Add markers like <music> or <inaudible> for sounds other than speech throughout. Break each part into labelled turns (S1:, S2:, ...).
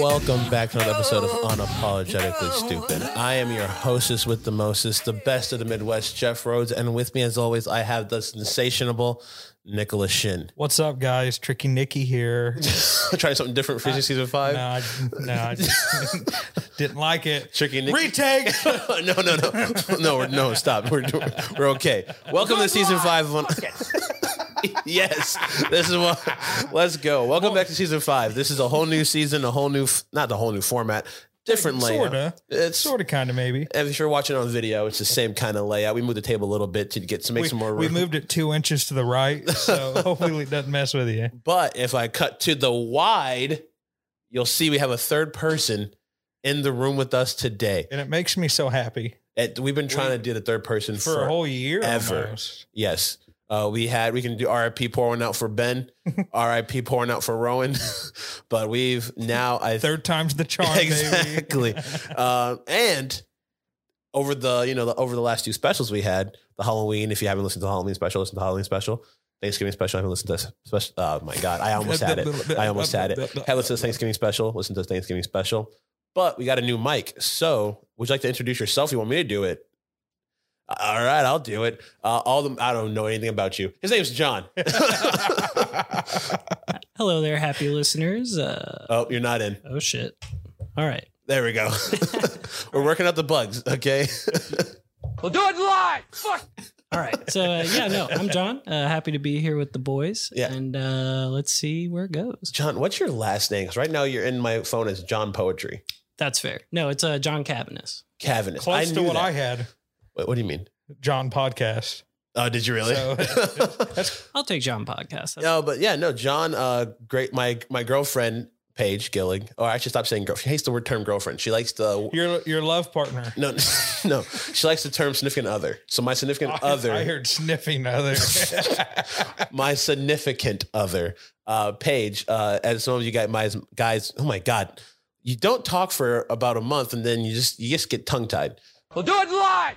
S1: Welcome back to another episode of Unapologetically Stupid. I am your hostess with the mostest, the best of the Midwest, Jeff Rhodes, and with me, as always, I have the sensational Nicholas Shin. <laughs>
S2: What's up, guys? Tricky Nicky here.
S1: Try something different for season five.
S2: Uh, No, I, no,
S1: <laughs>
S2: I just didn't like it.
S1: Tricky Nick.
S2: Retake.
S1: <laughs> no, no, no, <laughs> no, we're- no. Stop. We're doing- we're okay. Welcome to season five. Of <laughs> yes, this is what. Let's go. Welcome back to season five. This is a whole new season, a whole new, f- not the whole new format, different layout.
S2: Sorta.
S1: It's
S2: Sort of, kind of, maybe.
S1: If you're watching on video, it's the same kind of layout. We moved the table a little bit to get to make
S2: We,
S1: some more room.
S2: we moved it two inches to the right,
S1: <laughs>
S2: so hopefully it doesn't mess with you.
S1: But if I cut to the wide, you'll see we have a third person in the room with us today.
S2: And it makes me so happy
S1: And we've been trying to do the third person
S2: for a whole year.
S1: Ever.
S2: almost.
S1: Yes. Uh, we had we can do RIP pouring out for
S2: <laughs>
S1: Ben, RIP pouring out for Rowan, <laughs> but we've now I
S2: Third time's
S1: <laughs>
S2: the charm, baby.
S1: exactly, uh, and over the you know the, over the last two specials we had the Halloween. If you haven't listened to the Halloween special, listen to the Halloween special. Thanksgiving special. I haven't listened to this special. Oh my god, I almost had it. I almost had it. Had listened to the Thanksgiving special. Listen to the Thanksgiving special. But we got a new mic. So would you like to introduce yourself? You want me to do it? All right, I'll do it. Uh, all the I don't know anything about you. His name's John.
S3: Hello there, happy listeners. Uh,
S1: oh, you're not in.
S3: oh shit! All right,
S1: There we go. <laughs> We're working out the bugs. Okay.
S3: all right. So uh, yeah, no, I'm John. Uh, happy to be here with the boys.
S1: Yeah.
S3: and uh, let's see where it goes.
S1: John, what's your last name? Because right now you're in my phone as John Poetry.
S3: That's fair. No, it's uh, John Cavanis.
S1: Cavanish.
S2: Close to what
S1: that.
S2: I had,
S1: Wait, what do you mean?
S2: John Podcast.
S1: Oh, did you really?
S2: So- <laughs>
S3: I'll take John podcast. That's-
S1: <laughs> no, but yeah, no, John, uh, great. My, my girlfriend, Paige Gillig, or I should stop saying girl. She hates the word term girlfriend. She likes the,
S2: Your your love partner.
S1: no, <laughs> no, she likes the term significant other. So my significant
S2: I-
S1: other,
S2: I heard sniffing other.
S1: <laughs> my significant other, uh, Paige, uh, as some of you guys, my guys, oh my God, you don't talk for about a month and then you just, you just get tongue tied. We'll do it live.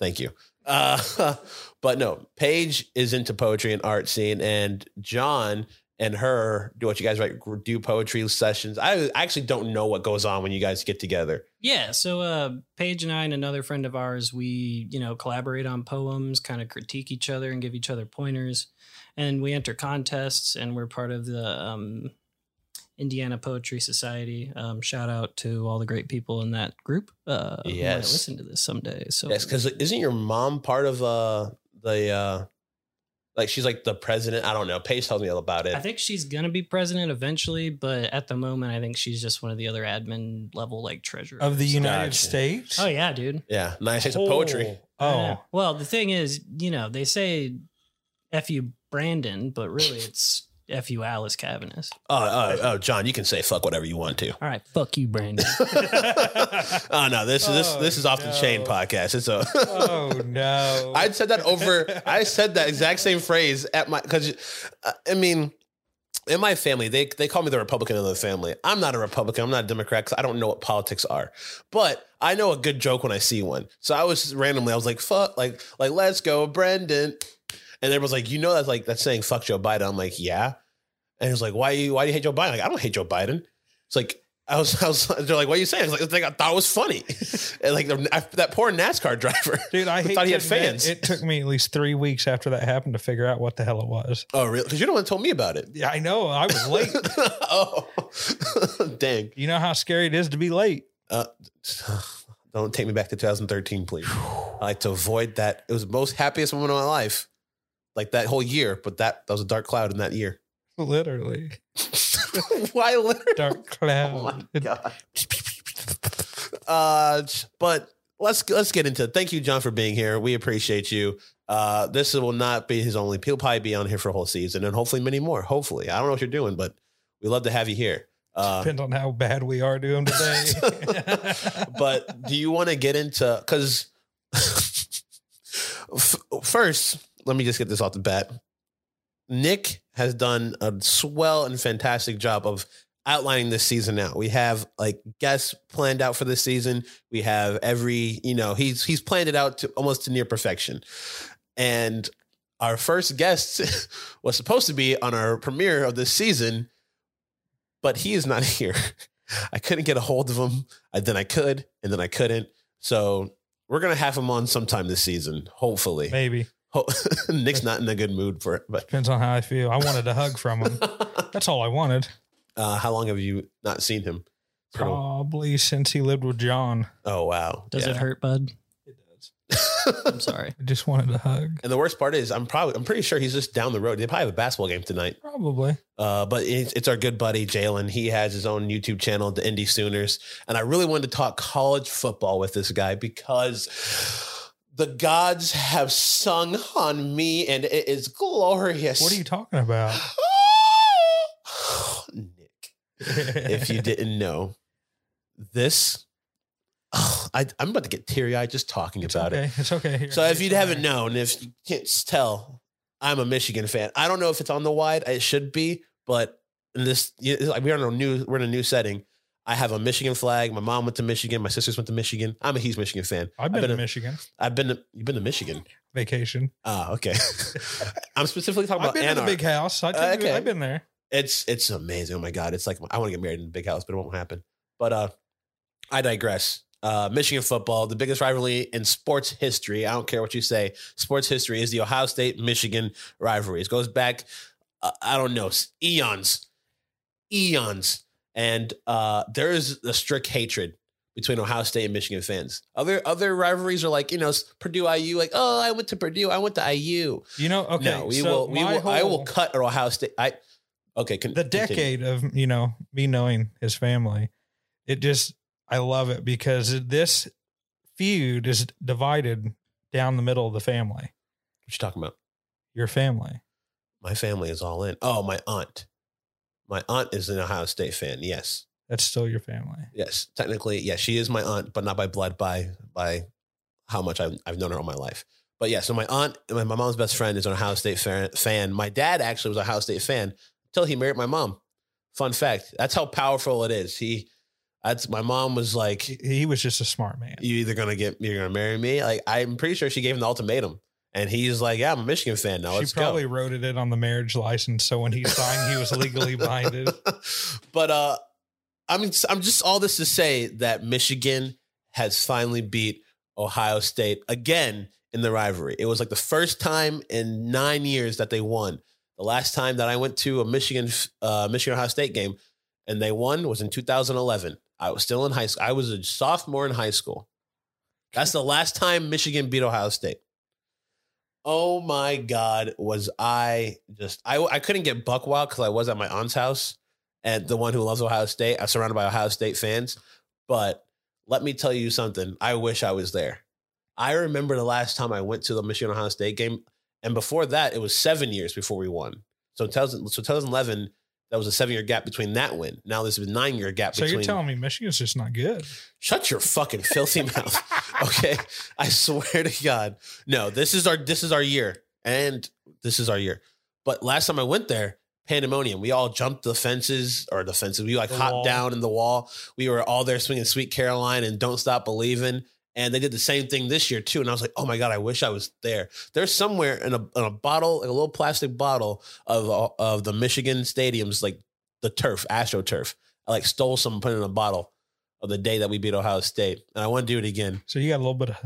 S1: Thank you. Uh, <laughs> but no, Paige is into poetry and art scene and John and her do what you guys write, do poetry sessions. I actually don't know what goes on when you guys get together.
S3: Yeah. So uh, Paige and I and another friend of ours, we you know collaborate on poems, kind of critique each other and give each other pointers, and we enter contests, and we're part of the um, Indiana Poetry Society. Um, shout out to all the great people in that group. Uh, who might
S1: Yes.
S3: listen to this someday. So
S1: Yes, because isn't your mom part of uh, the, uh, like she's like the president? I don't know. Paige tells me all about it.
S3: I think she's gonna be president eventually, but at the moment, I think she's just one of the other admin level like treasurer
S2: of the United
S1: Gotcha.
S2: States.
S3: Oh yeah, dude.
S1: Yeah, nine states of poetry.
S3: Yeah.
S2: Oh,
S3: well, the thing is, you know, they say "f you Brandon," but really it's "f you Alice Cavanis."
S1: Oh, oh, oh, John, you can say fuck whatever you want to. <laughs>
S3: All right, fuck you, Brandon.
S1: oh no, this is this
S2: Oh,
S1: this is off the chain
S2: no.
S1: podcast. It's a. <laughs>
S2: oh no!
S1: I said that over. I said that exact same phrase at my because, I mean, in my family they they call me the Republican of the family. I'm not a Republican. I'm not a Democrat because I don't know what politics are. But I know a good joke when I see one. So I was randomly I was like fuck like like let's go Brendan, and everyone's like you know that's like that's saying fuck Joe Biden. I'm like yeah, and he's like why you why do you hate Joe Biden? Like I don't hate Joe Biden. It's like. I was, I was, <laughs> they're like, what are you saying? I was like, "It's like I thought it was funny. <laughs> And like that poor NASCAR <laughs> driver.
S2: Dude, I hate
S1: thought he had
S2: to admit,
S1: fans.
S2: It took me at least three weeks after that happened to figure out what the hell it was.
S1: Oh, really? Because you're the one who told me about it. <laughs>
S2: Yeah, I know. I was <laughs> late.
S1: oh, <laughs> dang. <sighs>
S2: you know how scary it is to be late.
S1: Don't take me back to 2013, please. I like to avoid that. It was the most happiest moment of my life, like that whole year. But that that was a dark cloud in that year. <laughs>
S2: Literally,
S1: Why? literally?
S2: <laughs> dark
S1: Oh
S2: cloud.
S1: my god. uh, but let's let's get into it. Thank you, John, for being here. We appreciate you. Uh, this will not be his only. He'll probably be on here for a whole season, and hopefully many more. Hopefully, I don't know what you're doing, but we love to have you here. Uh,
S2: Depends on how bad we are to
S1: <laughs>
S2: him today. <laughs>
S1: but do you want to get into <laughs> because first let me just get this off the bat nick has done a swell and fantastic job of outlining this season out we have like guests planned out for this season we have every you know he's he's planned it out to almost to near perfection and our first guest <laughs> was supposed to be on our premiere of this season, but he is not <laughs> here. I couldn't get a hold of him. I, then I could, and then I couldn't. So we're gonna have him on sometime this season, hopefully.
S2: Maybe
S1: Ho- <laughs> Nick's not in a good mood for it, but <laughs>
S2: depends on how I feel. I wanted a hug from him. That's all
S1: <laughs>
S2: I wanted.
S1: uh, how long have you not seen him? Sort of-
S2: Probably since he lived with John.
S1: oh wow,
S3: Does
S1: Yeah.
S3: it hurt, bud?
S2: It does.
S3: I'm sorry.
S2: I just wanted a hug.
S1: <laughs> And the worst part is, I'm probably, I'm pretty sure he's just down the road. They probably have a basketball game tonight.
S2: Probably.
S1: Uh, but it's, it's our good buddy Jalen. He has his own YouTube channel, the Indy Sooners, and I really wanted to talk college football with this guy because the gods have sung on me, and it is glorious.
S2: What are you talking about?
S1: <sighs> Nick? If
S2: <laughs>
S1: you didn't know, this <sighs> oh, I, I'm about to get teary eyed just talking
S2: it's
S1: about it.
S2: okay. It's okay. Here,
S1: So if
S2: it's
S1: you
S2: all
S1: haven't
S2: right.
S1: known, if you can't tell, I'm a Michigan fan. I don't know if it's on the wide. It should be, but in this you- it's like we're in a new we're in a new setting. I have a Michigan flag. My mom went to Michigan. My sisters went to Michigan. I'm a huge Michigan fan.
S2: I've been,
S1: been
S2: to
S1: a-
S2: Michigan
S1: I've been to you've been to
S2: <laughs>
S1: Michigan.
S2: vacation.
S1: Ah, okay. <laughs> I'm specifically talking
S2: I've
S1: about
S2: been
S1: Ann
S2: to the
S1: Arbor.
S2: big house. I
S1: Uh,
S2: took you-
S1: okay.
S2: I've been there.
S1: It's it's amazing. Oh my god, it's like I want to get married in a big house, but it won't happen. But uh I digress. Uh Michigan football, the biggest rivalry in sports history. I don't care what you say. Sports history is the Ohio State Michigan rivalry. It goes back uh, I don't know, eons. Eons. And uh there is a strict hatred between Ohio State and Michigan fans. Other other rivalries are like, you know, Purdue IU like, "Oh, I went to Purdue. I went to IU."
S2: You know, okay.
S1: no, we
S2: so
S1: will. We
S2: my
S1: will. I will
S2: whole-
S1: cut our Ohio State. I okay. Con,
S2: the
S1: continue.
S2: decade of you know me knowing his family it just i love it because this feud is divided down the middle of the family
S1: What you talking about?
S2: your family
S1: My family is all in. Oh, my aunt. My aunt is an Ohio State fan. Yes,
S2: that's still your family
S1: yes. Technically, yes, she is my aunt, but not by blood. By by, how much I've I've known her all my life. But yeah, so my aunt, my, my mom's best friend, is an Ohio State fan, fan. My dad actually was a Ohio State fan until he married my mom. Fun fact. That's how powerful it is. He, that's my mom was like,
S2: he was just a smart man
S1: you either gonna get you're gonna marry me. Like I'm pretty sure she gave him the ultimatum, and he's like, yeah, I'm a Michigan fan now.
S2: she
S1: Let's
S2: probably
S1: go.
S2: wrote it in on the marriage license so when he signed he was
S1: <laughs>
S2: legally binded
S1: <laughs> but uh, I'm I'm just all this to say that Michigan has finally beat Ohio State again in the rivalry. It was like the first time in nine years that they won. The last time that I went to a Michigan uh, Michigan Ohio State game and they won was in 2011. I was still in high school. I was a sophomore in high school. That's the last time Michigan beat Ohio State. Oh my God, was I just I I couldn't get buck wild because I was at my aunt's house and the one who loves Ohio State. I'm surrounded by Ohio State fans, but let me tell you something. I wish I was there. I remember the last time I went to the Michigan Ohio State game, and before that, it was seven years before we won. So 2000, so 2011, that was a seven year gap between that win. Now there's a nine year gap.
S2: so
S1: between,
S2: you're telling me michigan's just not good
S1: Shut your fucking filthy <laughs> mouth. Okay. I swear to God. No, this is our this is our year. And this is our year. But last time I went there, pandemonium. We all jumped the fences or the fences. We like
S2: The
S1: hopped
S2: wall.
S1: down in the wall. We were all there swinging Sweet Caroline and Don't Stop Believing. And they did the same thing this year too. And I was like, oh my God, I wish I was there. There's somewhere in a, in a bottle, like a little plastic bottle of, uh, of the Michigan stadiums, like the turf, AstroTurf. I like stole some and put it in a bottle of the day that we beat Ohio State, and I want to do it again.
S2: so you got a little bit of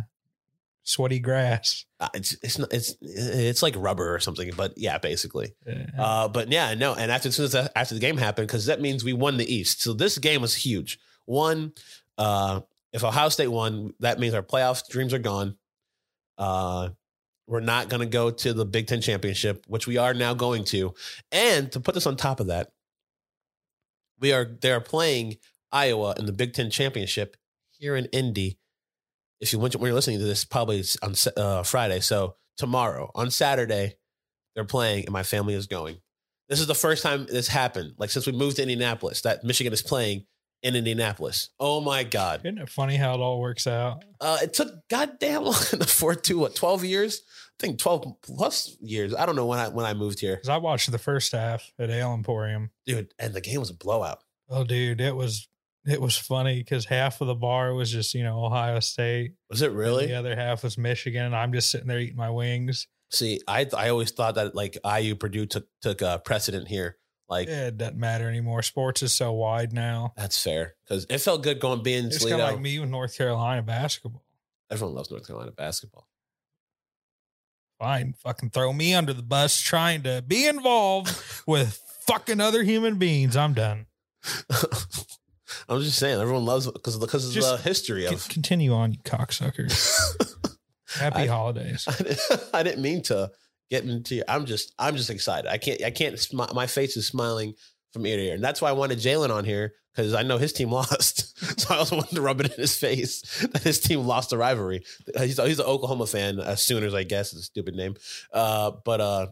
S2: sweaty grass
S1: Uh, It's it's not, it's it's like rubber or something, but yeah, basically.
S2: Yeah.
S1: Uh, but yeah, no. And after as soon as that, after the game happened, because that means we won the East. So this game was huge. One, uh, if Ohio State won, that means our playoff dreams are gone. Uh, we're not going to go to the Big Ten championship, which we are now going to. And to put this on top of that, we are they are playing Iowa in the Big Ten championship here in Indy. If you when you're listening to this, probably it's on Sa- uh, Friday. So tomorrow on Saturday, they're playing, and my family is going. This is the first time this happened, like since we moved to Indianapolis, that Michigan is playing in Indianapolis. Oh my God!
S2: isn't it funny how it all works out
S1: Uh, it took goddamn <laughs> long for two what twelve years? I think twelve plus years. I don't know when I when I moved here,
S2: because i watched the first half at ale emporium
S1: dude. And the game was a blowout.
S2: Oh, dude, it was it was funny because half of the bar was just you know Ohio State,
S1: Was it really?
S2: the other half was Michigan, and I'm just sitting there eating my wings.
S1: See, I I always thought that like IU Purdue took took uh, precedent here. Like
S2: Yeah, it doesn't matter anymore. Sports is so wide now.
S1: that's fair because it felt good going being in
S2: It's kind of
S1: Toledo.
S2: like me with North Carolina basketball.
S1: Everyone loves North Carolina basketball. <laughs>
S2: Fine, fucking throw me under the bus trying to
S1: <laughs>
S2: be involved with fucking other human beings. I'm done.
S1: I'm just saying, everyone loves because because of the
S2: Just
S1: history
S2: Con-
S1: of.
S2: continue on, you cocksuckers.
S1: <laughs>
S2: Happy
S1: I-
S2: holidays.
S1: <laughs> I didn't- I didn't mean to get into. your- I'm just I'm just excited. I can't I can't. Smi- my face is smiling from ear to ear, and that's why I wanted Jalen on here because I know his team <laughs> lost. so I also wanted to rub it in his face <laughs> that his team lost the rivalry. He's he's an Oklahoma fan, uh, Sooners, I guess is a stupid name, uh, but uh,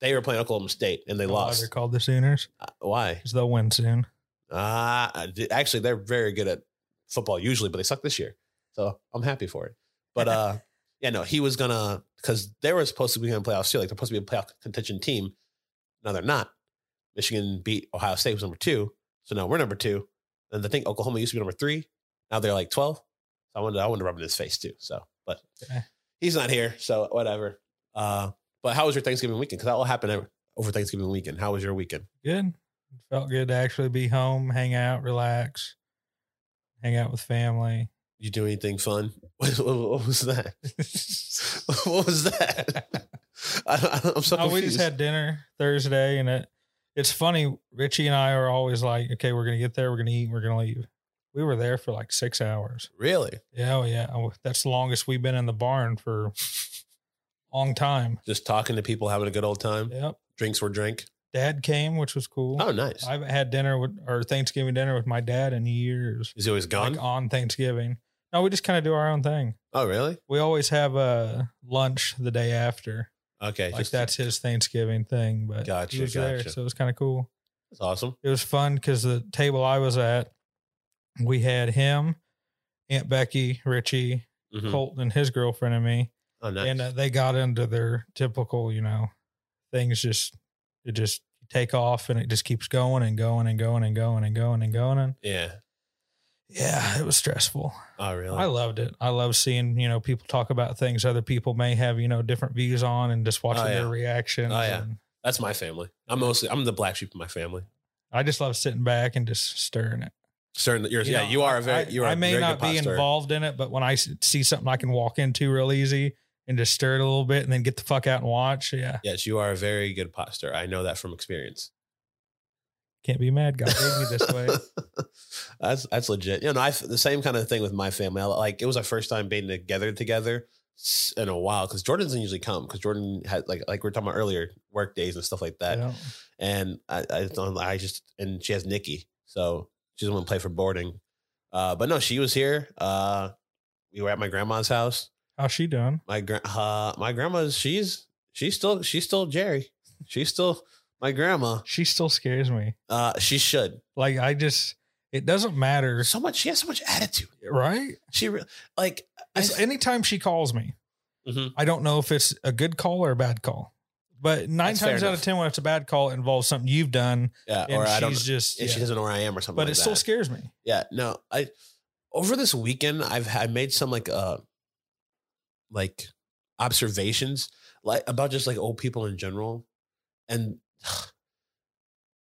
S1: they were playing Oklahoma State and they
S2: Why
S1: lost.
S2: They're called the Sooners
S1: Uh, Why?
S2: because they'll win soon.
S1: Ah, I did- actually, they're very good at football usually, but they suck this year. So I'm happy for it. But uh, yeah, no, he was gonna because they were supposed to be in the playoffs too. Like they're supposed to be a playoff contention team. No, they're not. Michigan beat Ohio State was number two, so now we're number two. And I think Oklahoma used to be number three. Now they're like twelve. So I wanted I wanted to rub it in his face too. So, but
S2: Okay.
S1: he's not here, so whatever. Uh, but how was your Thanksgiving weekend? Because that all happened over- over Thanksgiving weekend. How was your weekend?
S2: Good. Felt good to actually be home, hang out, relax, hang out with family.
S1: You do anything fun? <laughs> What, what, what was that? <laughs> what was that? <laughs> I, I, I'm so
S2: Oh,
S1: confused.
S2: we just had dinner Thursday, and it it's funny. Richie and I are always like, okay, we're gonna get there, we're gonna eat, we're gonna leave. We were there for like six hours.
S1: really
S2: Yeah, oh yeah, Oh, that's the longest we've been in the barn for <laughs> a long time.
S1: just talking to people, having a good old time.
S2: Yep.
S1: Drinks were drink.
S2: Dad came, which was cool.
S1: Oh, nice.
S2: I haven't had dinner with or Thanksgiving dinner with my dad in years.
S1: Is he always gone?
S2: Like uh, on Thanksgiving. No, we just kind of do our own thing.
S1: oh, really?
S2: We always have uh, lunch the day after.
S1: Okay,
S2: Like that's his Thanksgiving thing. But
S1: Gotcha,
S2: he was there,
S1: gotcha.
S2: so it was kind of cool.
S1: that's awesome.
S2: It was fun because the table I was at, we had him, Aunt Becky, Richie,
S1: Mhm.
S2: Colton, and his girlfriend, and me,
S1: Oh, nice.
S2: and uh, they got into their typical, you know, things just it just take off and it just keeps going and going and going and going and going and going. And
S1: yeah.
S2: yeah, it was stressful.
S1: Oh, really?
S2: I loved it. I love seeing, you know, people talk about things other people may have, you know, different views on and just watching
S1: Oh, yeah.
S2: their reactions.
S1: Oh, yeah.
S2: and
S1: that's my family. I'm mostly I'm the black sheep of my family.
S2: I just love sitting back and just stirring it.
S1: Certain yours, yeah.
S2: know,
S1: you are
S2: I-
S1: a very you are.
S2: I
S1: a
S2: may
S1: very
S2: not
S1: good pot
S2: be
S1: stirrer.
S2: involved in it, but when I s- see something I can walk into real easy and just stir it a little bit and then get the fuck out and watch. Yeah.
S1: Yes, you are a very good poster. I know that from experience.
S2: Can't be mad. God gave me this way.
S1: <laughs> that's that's legit. You know, I the same kind of thing with my family. I, like it was our first time being together together s- in a while because Jordan doesn't usually come because Jordan had like like we were talking about earlier work days and stuff like that.
S2: Yeah.
S1: And I I, just don't- I just and she has Nikki, so she doesn't want to play for boarding. Uh, but no, she was here. Uh, we were at my grandma's house.
S2: How's she doing?
S1: My gra- uh, my grandma's she's she's still she's still Jerry. She's still my grandma.
S2: She still scares me.
S1: Uh, she should.
S2: Like I just, it doesn't matter.
S1: There's so much. She has so much attitude.
S2: Right.
S1: She re- like I
S2: It's anytime she calls me,
S1: Mhm.
S2: I don't know if it's a good call or a bad call. But nine
S1: That's fair
S2: times out
S1: enough.
S2: of ten, when it's a bad call, it involves something you've done,
S1: Yeah,
S2: and
S1: or
S2: she's
S1: I don't.
S2: just.
S1: and she
S2: yeah.
S1: doesn't know where I am or something.
S2: But
S1: like
S2: it still
S1: that.
S2: scares me.
S1: Yeah, no. I over this weekend, I've I made some like uh like observations like about just like old people in general, and <sighs>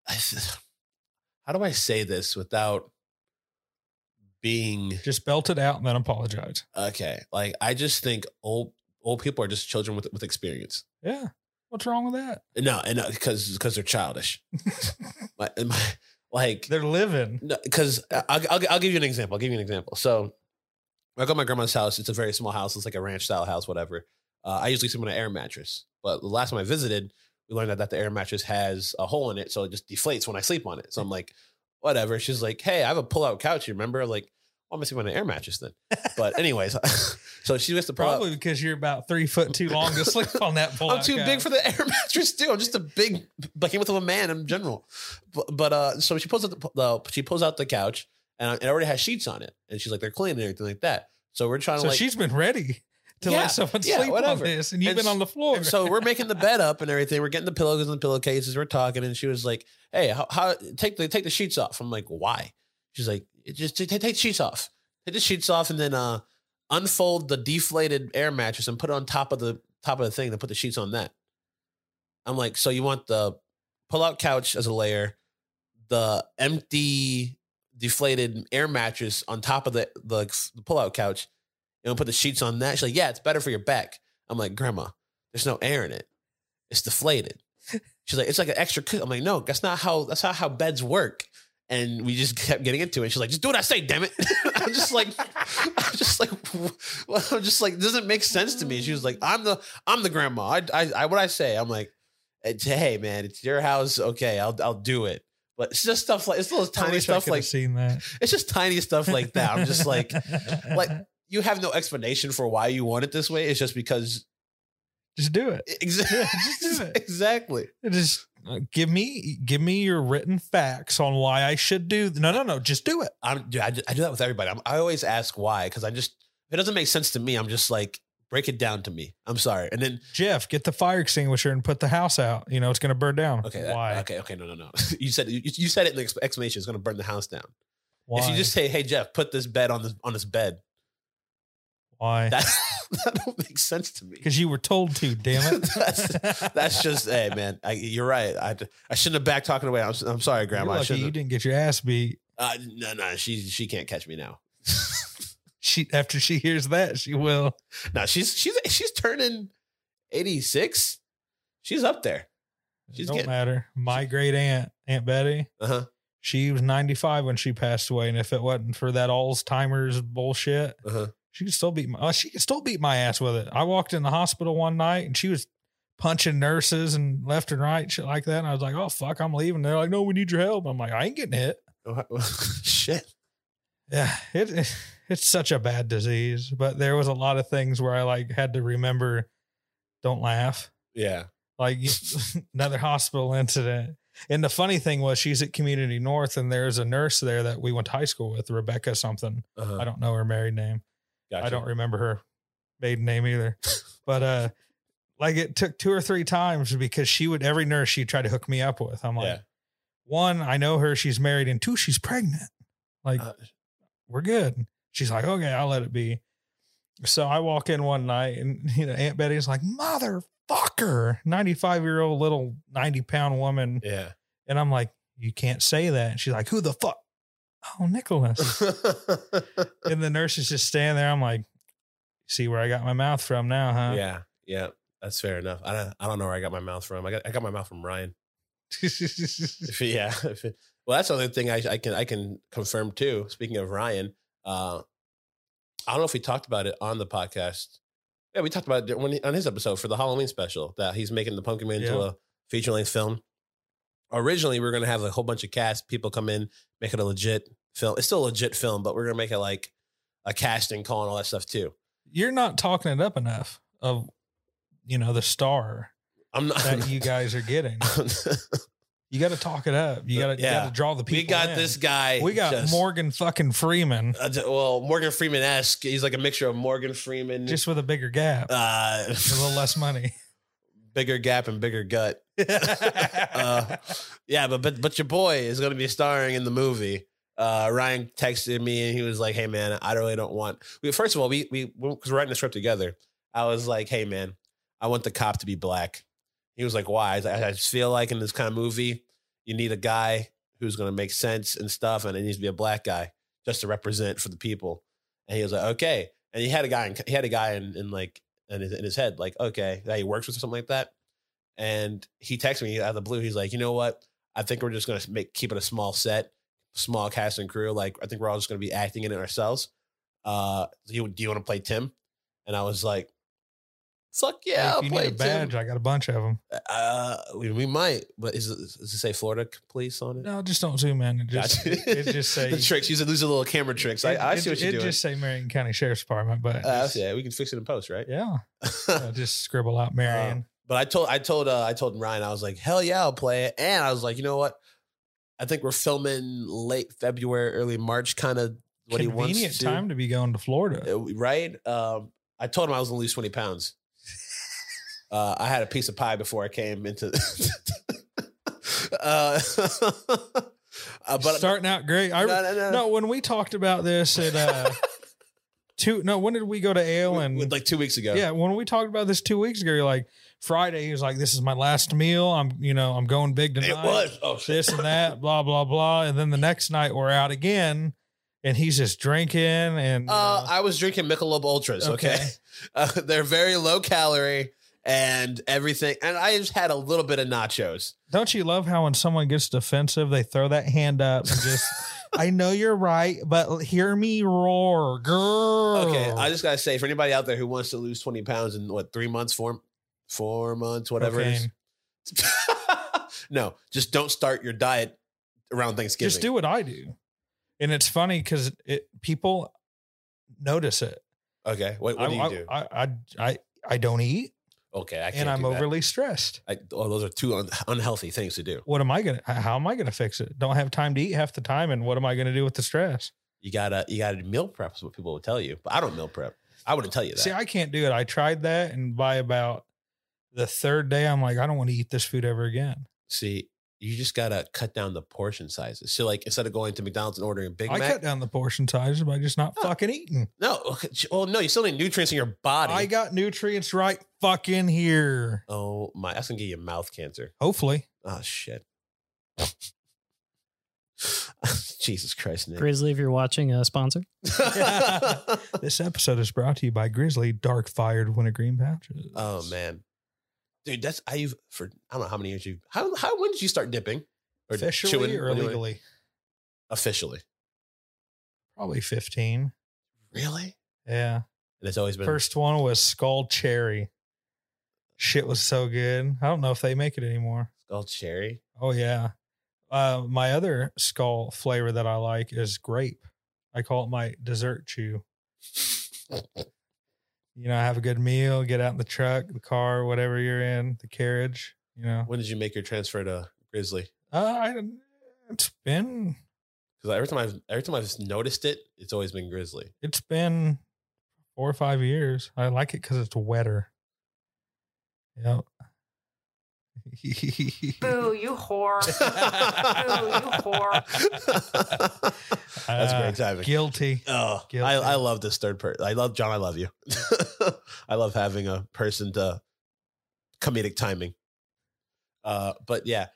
S1: I, s- how do I say this without being
S2: Just belt it out and then apologize.
S1: okay? Like I just think old old people are just children with with experience.
S2: Yeah. What's wrong with that?
S1: No, and because because they're childish. My- my- like
S2: They're living.
S1: because I'll, I'll, I'll give you an example. I'll give you an example. So I go to my grandma's house. It's a very small house. It's like a ranch style house, whatever. Uh, I usually sleep on an air mattress, but the last time I visited, we learned that, that the air mattress has a hole in it, so it just deflates when I sleep on it. So I'm like, whatever. She's like, hey, I have a pull out couch. You remember? Like, well, I'm gonna sleep on an air mattress then. But anyways, <laughs> so she gets to pull out-
S2: Probably because you're about three foot too long to sleep on that
S1: <laughs>
S2: pole.
S1: I'm too big for the air mattress too. I'm just a big behemoth of a man in general. But, but uh, so she pulls out the, the she pulls out the couch and it already has sheets on it, and she's like they're clean and everything like that. So we're trying
S2: So
S1: to like
S2: she's been ready to
S1: Yeah,
S2: let someone
S1: yeah,
S2: sleep
S1: whatever.
S2: on this, and you've
S1: And
S2: been
S1: s-
S2: on the floor.
S1: and so we're making the bed up and everything. We're getting the pillows and the pillowcases. We're talking, and she was like, "Hey, how, how take the take the sheets off?" I'm like, "Why?" She's like, "It "Just take, take the sheets off. Take the sheets off, and then uh, unfold the deflated air mattress and put it on top of the top of the thing to put the sheets on that. I'm like, so you want the pull out couch as a layer, the empty deflated air mattress on top of the the, the pull out couch, and we'll put the sheets on that. She's like, yeah, it's better for your back. I'm like, grandma, there's no air in it. It's deflated. She's like, it's like an extra. Cu-. I'm like, no, that's not how that's not how beds work. And we just kept getting into it. She's like, just do what I say, damn it. <laughs> I'm just like, I'm just like, <laughs> well, I'm just like, doesn't make sense to me. She was like, I'm the I'm the grandma. I I, I what I say. I'm like, it's- hey man, it's your house. Okay, I'll I'll do it. But it's just stuff like it's little
S2: I
S1: tiny
S2: wish I
S1: stuff
S2: could have
S1: like
S2: seen that.
S1: it's just tiny stuff like that. I'm just like, like you have no explanation for why you want it this way. It's just because
S2: <laughs>
S1: <laughs>
S2: just do it.
S1: exactly, <laughs>
S2: Yeah, just do it.
S1: exactly.
S2: Just uh, give me give me your written facts on why I should do. No, no, no. Just do it.
S1: I'm, dude, I, do- I do that with everybody. I'm, I always ask why because I just if it doesn't make sense to me. I'm just like break it down to me. I'm sorry. And then
S2: Jeff, get the fire extinguisher and put the house out. You know it's going to burn down.
S1: okay, that- uh,
S2: why?
S1: okay, okay. No, no, <laughs> no. you said you, you said it in the ex- explanation. It's going to burn the house down.
S2: Why?
S1: If you just say, hey Jeff, put this bed on this on this
S2: <laughs>
S1: bed,
S2: why?
S1: that that don't make sense to me.
S2: Because you were told to. Damn it.
S1: <laughs> That's-
S2: <laughs>
S1: That's just hey man. I, you're right. I I shouldn't have back talking away. I'm, s- I'm sorry,
S2: You're
S1: Grandma. I
S2: lucky
S1: shouldn't
S2: you
S1: have-
S2: didn't get your ass beat.
S1: Uh, no, no, she she can't catch me now. <laughs>
S2: She after she hears that, she will.
S1: No, she's she's she's turning eighty six. She's up there.
S2: It
S1: She's
S2: don't
S1: getting-
S2: matter. My great aunt, Aunt Betty,
S1: Uh huh.
S2: she was 95 when she passed away. And if it wasn't for that Alzheimer's bullshit,
S1: Uh huh.
S2: she could still beat my oh, she could still beat my ass with it. I walked in the hospital one night and she was punching nurses and left and right, shit like that. And I was like, oh fuck, I'm leaving. They're like, no, we need your help. I'm like, I ain't getting hit.
S1: <laughs> Shit.
S2: Yeah, it it's such a bad disease. But there was a lot of things where I like had to remember, don't laugh.
S1: Yeah.
S2: like <laughs> you- another hospital incident. And the funny thing was, she's at Community North, and there's a nurse there that we went to high school with, Rebecca something.
S1: Uh-huh.
S2: I don't know her married name.
S1: Gotcha.
S2: I don't remember her maiden name
S1: <laughs>
S2: either. but uh, like it took two or three times because she would every nurse she tried to hook me up with. I'm like,
S1: Yeah.
S2: one, I know her, she's married, and two, she's pregnant. Like
S1: Uh,
S2: we're good. She's like, okay, I'll let it be. So I walk in one night and <laughs> you know, Aunt Betty's like, motherfucker, 95 year old little 90 pound woman. <laughs>
S1: yeah.
S2: And I'm like, you can't say that. And she's like, who the fuck? Oh, Nicholas. and the nurse is just standing there. I'm like, see where I got my mouth from now, huh?
S1: yeah. Yeah. That's fair enough. I don't. I don't know where I got my mouth from. I got. I got my mouth from Ryan. If- yeah. <laughs> if it- well, that's another thing I, I can I can confirm too. Speaking of Ryan, uh, I don't know if we talked about it on the podcast. Yeah, we talked about it when he- on his episode for the Halloween special that he's making the Pumpkin Man into
S2: Yeah.
S1: a feature length film. Originally, we were going to have a whole bunch of cast people come in, make it a legit film. It's still a legit film, but we're going to make it like a casting call and all that stuff too.
S2: You're not talking it up enough of, you know, the star
S1: I'm not.
S2: that you guys
S1: <laughs>
S2: are getting. You got to talk it up. You got to
S1: Yeah.
S2: got to draw the people.
S1: we got
S2: in.
S1: this guy.
S2: We got
S1: just-
S2: Morgan
S1: <laughs>
S2: fucking Freeman,
S1: uh, well, Morgan Freeman esque. He's like a mixture of Morgan Freeman,
S2: just with a bigger gap,
S1: uh,
S2: a little less money.
S1: <laughs> bigger gap and bigger
S2: <laughs>
S1: gut. Uh, yeah, but but but your boy is going to be starring in the movie. Uh, Ryan texted me and he was like, "Hey man, I really don't want." We, first of all, we we because we're writing the script together. I was like, "Hey man, I want the cop to be black." He was like, "Why?" I, was like, I just feel like in this kind of movie, you need a guy who's going to make sense and stuff, and it needs to be a black guy just to represent for the people. And he was like, "Okay." And he had a guy, in, he had a guy in, in like in his, in his head, like, "Okay, that he works with or something like that." And he texted me out of the blue. He's like, "You know what? I think we're just going to make keep it a small set, small cast and crew. Like, I think we're all just going to be acting in it ourselves." Uh, do you, do you want to play Tim? And I was like, "Fuck yeah,
S2: if
S1: I'll
S2: you
S1: play
S2: need a badge,
S1: Tim."
S2: I got a bunch of them.
S1: Uh, we, we might, but is it, does it say Florida police on it?
S2: No, just don't zoom in. It
S1: <laughs>
S2: just
S1: Gotcha.
S2: it, it just
S1: <laughs>
S2: say
S1: the tricks. Use these are little camera tricks. I,
S2: it-
S1: I
S2: it-
S1: see what you're
S2: it
S1: doing.
S2: just say Marion County Sheriff's Department, but
S1: Uh,
S2: just-
S1: yeah, we can fix it in post, right? <laughs>
S2: yeah, Uh, just scribble out Marion.
S1: but I told I told uh, I told Ryan I was like, hell yeah, I'll play it. And I was like, you know what? I think we're filming late February, early March, kind of what he wants
S2: Convenient
S1: to.
S2: time to be going to Florida.
S1: Uh, right? Um, I told him I was gonna lose twenty
S2: <laughs>
S1: pounds. Uh, I had a piece of pie before I came into. <laughs> uh, <laughs> uh, but
S2: Starting out great. I
S1: no, no, no. <laughs>
S2: no, when we talked about this at uh two. No, when did we go to Ale and
S1: like two weeks ago.
S2: yeah, when we talked about this two weeks ago, you're like Friday. He was like, "This is my last meal. I'm, you know, I'm going big tonight."
S1: it was. Oh shit!
S2: this
S1: <laughs>
S2: and that, blah blah blah. And then the next night we're out again, and he's just drinking and
S1: Uh, I was drinking Michelob Ultras. Okay,
S2: Okay.
S1: <laughs> Uh, they're very low calorie and everything, and I just had a little bit of nachos.
S2: Don't you love how when someone gets defensive, they throw that hand up and
S1: <laughs>
S2: just, I know you're right, but hear me roar, girl.
S1: Okay, I just gotta say for anybody out there who wants to lose twenty pounds in what three months, four, four months, whatever
S2: Cocaine.
S1: it is. <laughs> no, just don't start your diet around Thanksgiving.
S2: just do what I do. And it's funny because it people notice it.
S1: Okay, what, what
S2: I,
S1: do you
S2: I,
S1: do?
S2: I, I, I, I don't eat
S1: okay, I can't.
S2: and I'm
S1: do that.
S2: overly stressed.
S1: I, oh, those are two un- unhealthy things to do.
S2: What am I going to, how am I going to fix it? Don't have time to eat half the time. And what am I going to do with the stress?
S1: You gotta you gotta meal prep is what people will tell you, but I don't meal prep. I wouldn't tell you that.
S2: See, I can't do it. I tried that. And by about the third day, I'm like, I don't want to eat this food ever again.
S1: See, you just gotta cut down the portion sizes. So like instead of going to McDonald's and ordering a Big
S2: I
S1: Mac,
S2: cut down the portion sizes by just not
S1: Huh.
S2: fucking eating.
S1: no, okay, well, no, you still need nutrients in your body.
S2: I got nutrients right fucking here.
S1: oh my, that's gonna get you mouth cancer.
S2: Hopefully.
S1: Oh shit. <laughs> Jesus Christ,
S2: <laughs>
S1: Nick.
S3: Grizzly, if you're watching, a sponsor.
S2: This episode is brought to you by Grizzly Dark Fired Winter Green Pouches.
S1: <laughs> oh man, dude, that's I've for I don't know how many years you how how when did you start dipping
S2: Officially or
S1: what do you-
S2: legally?
S1: Officially,
S2: Probably 15.
S1: really?
S2: Yeah.
S1: And it's always been
S2: First one was Skull Cherry. Shit was so good. I don't know if they make it anymore.
S1: skull cherry.
S2: Oh, yeah. Uh, my other skull flavor that I like is grape. I call it my dessert chew. you know, have a good meal, get out in the truck, the car, whatever you're in, the carriage, you know.
S1: When did you make your transfer to Grizzly?
S2: Uh, I, it's been
S1: Because every time I've every time I've noticed it, it's always been
S2: <laughs>
S1: Grizzly.
S2: it's been four or five years. I like it because it's wetter. Yep. <laughs>
S4: Boo, you whore.
S1: Uh, That's great timing.
S2: Uh, Guilty.
S1: Oh, I,
S2: Guilty.
S1: I love this third person. I love John. I love you. <laughs> I love having a person to comedic timing. Uh, but yeah,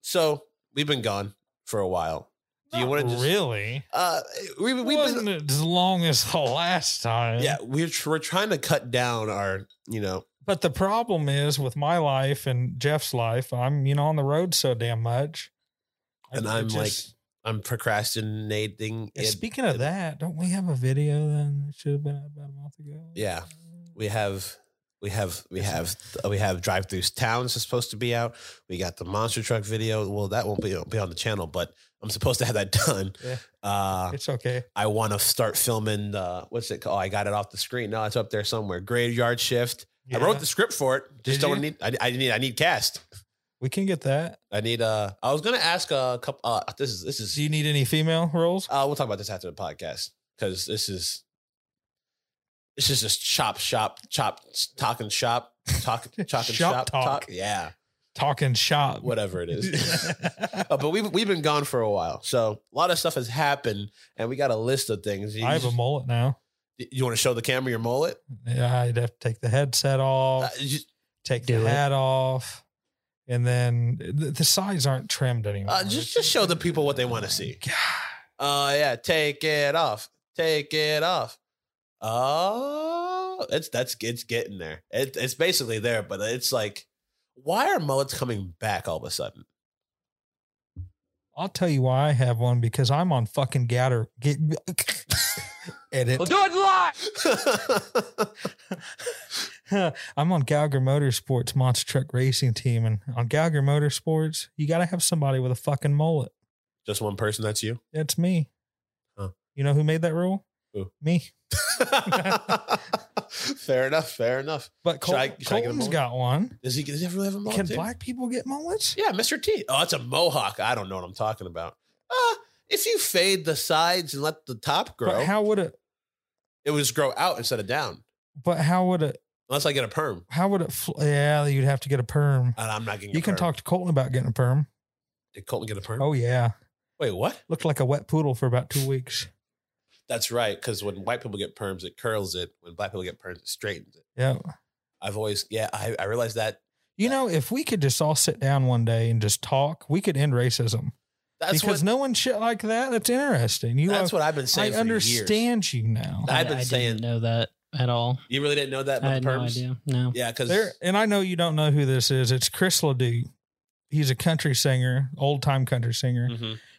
S1: so we've been gone for a while. Do you
S2: Not
S1: want to just?
S2: really?
S1: Uh, we
S2: It
S1: we've been
S2: wasn't as long as the last time.
S1: yeah we're tr- we're trying to cut down our you know
S2: But the problem is with my life and Jeff's life, I'm you know on the road so damn much.
S1: And
S2: it
S1: I'm I'm procrastinating.
S2: Yeah,
S1: it.
S2: speaking of that, don't we have a video then? It should have been out about a month ago.
S1: Yeah. we have we have we have we have drive through towns is supposed to be out. We got the monster truck video. Well, that won't be, be on the channel, but I'm supposed to have that <laughs> done.
S2: Yeah.
S1: Uh,
S2: It's okay.
S1: I want to start filming the what's it called? I got it off the screen. No, it's up there somewhere. Graveyard shift. I wrote
S2: Yeah.
S1: the script for it. Just
S2: Did
S1: don't
S2: you?
S1: need. I, I need. I need cast.
S2: We can get that.
S1: I need. Uh, I was gonna ask a couple. Uh, this is this
S2: Do
S1: is.
S2: you need any female roles?
S1: Uh, we'll talk about this after the podcast because this is. This is just chop shop chop talking shop
S2: <laughs>
S1: talk talking
S2: Shop
S1: shop
S2: talk.
S1: talk yeah
S2: Talking shop.
S1: whatever it
S2: <laughs>
S1: is. <laughs>
S2: I
S1: Uh, but we've we've been gone for a while, so a lot of stuff has happened, and we got a list of things. You,
S2: have a mullet now.
S1: you want to show the camera your mullet?
S2: Yeah, I'd have to take the headset off,
S1: Uh, you-
S2: take
S3: do
S2: the
S3: it.
S2: hat off, and then the, the sides aren't trimmed anymore. Oh
S1: Uh, just- just show the people what they wanna see. uh,
S2: God.
S1: yeah, take it off, take it off. Oh, it's that's it's getting there. It, it's basically there, but it's like, why are mullets coming back all of a sudden?
S2: I'll tell you why I have one because I'm on fucking Gatter. Get, <laughs> edit.
S4: We'll do it live.
S2: <laughs> I'm on Gallagher Motorsports Monster Truck Racing Team, and on Gallagher Motorsports, you got to have somebody with a fucking mullet.
S1: <laughs> just one person. That's you.
S2: That's me.
S1: Huh.
S2: You know who made that rule?
S1: Who?
S2: Me.
S1: fair enough. Fair enough.
S2: But
S1: Should
S2: Col-
S1: I- should I get a
S2: Colton's
S1: mullet?
S2: got one.
S1: Does he? Does he really have a mullet?
S2: Can
S1: too?
S2: black people get mullets?
S1: Yeah, Mr. T. Oh, it's a mohawk. I don't know what I'm talking about. Uh, if you fade the sides and let the top grow,
S2: But how would it?
S1: it would just grow out instead of down.
S2: But how would it?
S1: Unless I get a perm,
S2: How would it? Fl- yeah, you'd have to get a perm.
S1: and I'm not getting.
S2: You
S1: a
S2: can
S1: perm.
S2: talk to Colton about getting a perm.
S1: Did Colton get a perm?
S2: Oh yeah,
S1: Wait, what?
S2: looked like a wet poodle for about two weeks.
S1: That's right. Because when white people get perms, it curls it. When black people get perms, it straightens it.
S2: Yeah.
S1: I've always, yeah, I, I realized that.
S2: You know, if we could just all sit down one day and just talk, we could end racism.
S1: That's
S2: because
S1: what.
S2: no one shit like that. That's interesting. You
S1: that's
S2: have,
S1: what I've been saying.
S2: I
S1: for
S2: understand
S1: Years.
S2: you now.
S1: I've been
S3: I
S1: saying-
S3: didn't know that at all.
S1: You really didn't know that
S3: I
S1: about
S3: had
S1: the
S3: no
S1: perms?
S3: idea. No.
S1: Yeah, because
S2: There and I know you don't know who this is. It's Chris Ledoux. He's a country singer, old time country singer.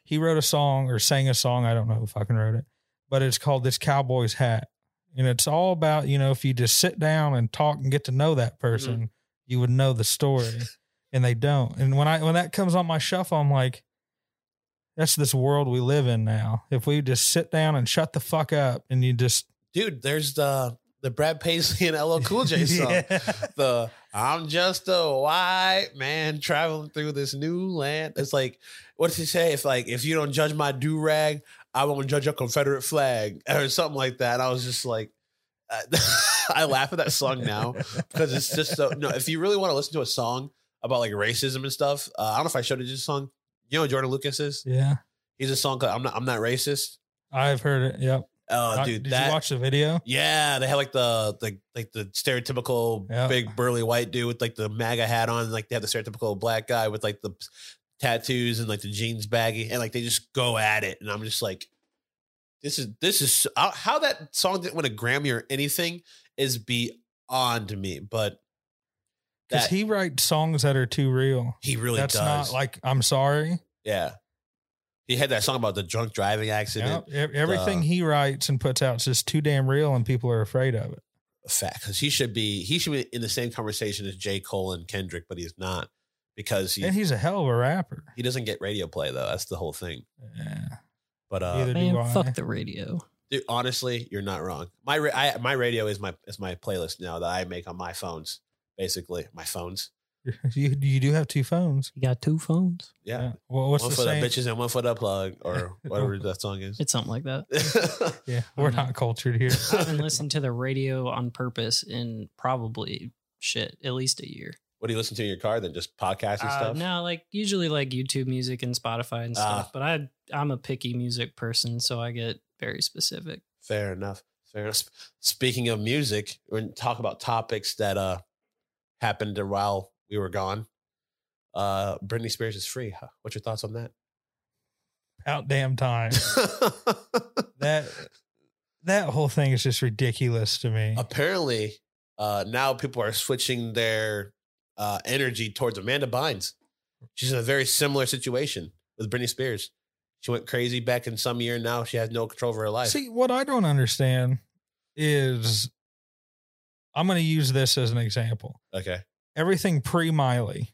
S2: He wrote a song or sang a song. I don't know who fucking wrote it, but it's called This Cowboy's Hat. And it's all about, you know, if you just sit down and talk and get to know that
S1: Mm-hmm.
S2: person, you would know the story.
S1: <laughs>
S2: and they don't. And when I when that comes on my shuffle, I'm like, that's this world we live in now. If we just sit down and shut the fuck up and you just
S1: dude, there's the the Brad Paisley and
S2: <laughs>
S1: LL Cool J song. The I'm just a white man traveling through this new land. It's like, what's he say? If like if you don't judge my do rag, I won't judge your Confederate flag <laughs> or something like that. And I was just like, uh, <laughs> I laugh at that song <laughs> now because it's just so. No, if you really want to listen to a song about like racism and stuff, uh, I don't know if I showed you this song. You know who Jordan Lucas is?
S2: Yeah.
S1: He's a song called "I'm Not I'm Not Racist."
S2: I've heard it. Yep.
S1: Oh,
S2: I-
S1: dude,
S2: Uh, did
S1: that
S2: you watch the video?
S1: Yeah, they had like the the like the stereotypical
S2: Yeah.
S1: big burly white dude with like the MAGA hat on, and like they had the stereotypical black guy with like the tattoos and like the jeans baggy, and like they just go at it, and I'm just like, this is this is how- how that song didn't win a Grammy or anything is beyond me, but
S2: Because
S1: that he,
S2: he writes songs that are too real.
S1: really
S2: That's
S1: does.
S2: not like I'm sorry.
S1: yeah, he had that song about the drunk driving accident.
S2: Yep. E- Everything
S1: the-
S2: he writes and puts out is just too damn real, and people are afraid of it.
S1: fact because he should be he should be in the same conversation as J Cole and Kendrick, but he's not because he
S2: And he's a hell of a rapper.
S1: he doesn't get radio play though. That's the whole thing.
S2: Yeah.
S1: But uh,
S2: Either-
S3: Man,
S2: Do I? <laughs>
S3: fuck the radio.
S1: dude, honestly, you're not wrong. My ra- I, my radio is my is my playlist now that I make on my phones. Basically, my phones.
S2: You you do have two phones.
S3: You got two phones.
S1: Yeah,
S2: Well, what's
S1: one
S2: the
S1: for the
S2: saying?
S1: bitches and one for the plug, or whatever that song is.
S3: It's something
S1: <laughs>
S3: like that.
S2: Yeah, we're not cultured here.
S3: I haven't listened to the radio on purpose in probably shit at least a year.
S1: what do you listen to in your car? Then just podcasts and
S3: Uh,
S1: stuff.
S3: No, like usually like YouTube music and Spotify and stuff.
S1: Ah.
S3: but I I'm a picky music person, so I get very specific.
S1: Fair enough. Fair enough. Sp- Speaking of music, we're gonna talk about topics that uh happened while we were gone. Uh Britney Spears is free. Huh? What's your thoughts on
S2: <laughs>
S1: that?
S2: Out damn time. That that whole thing is just ridiculous to me.
S1: Apparently, uh now people are switching their uh energy towards Amanda Bynes. She's in a very similar situation with Britney Spears. She went crazy back in some year. Now she has no control over her life.
S2: See, what I don't understand is, I'm going to use this as an example.
S1: okay.
S2: Everything pre Miley.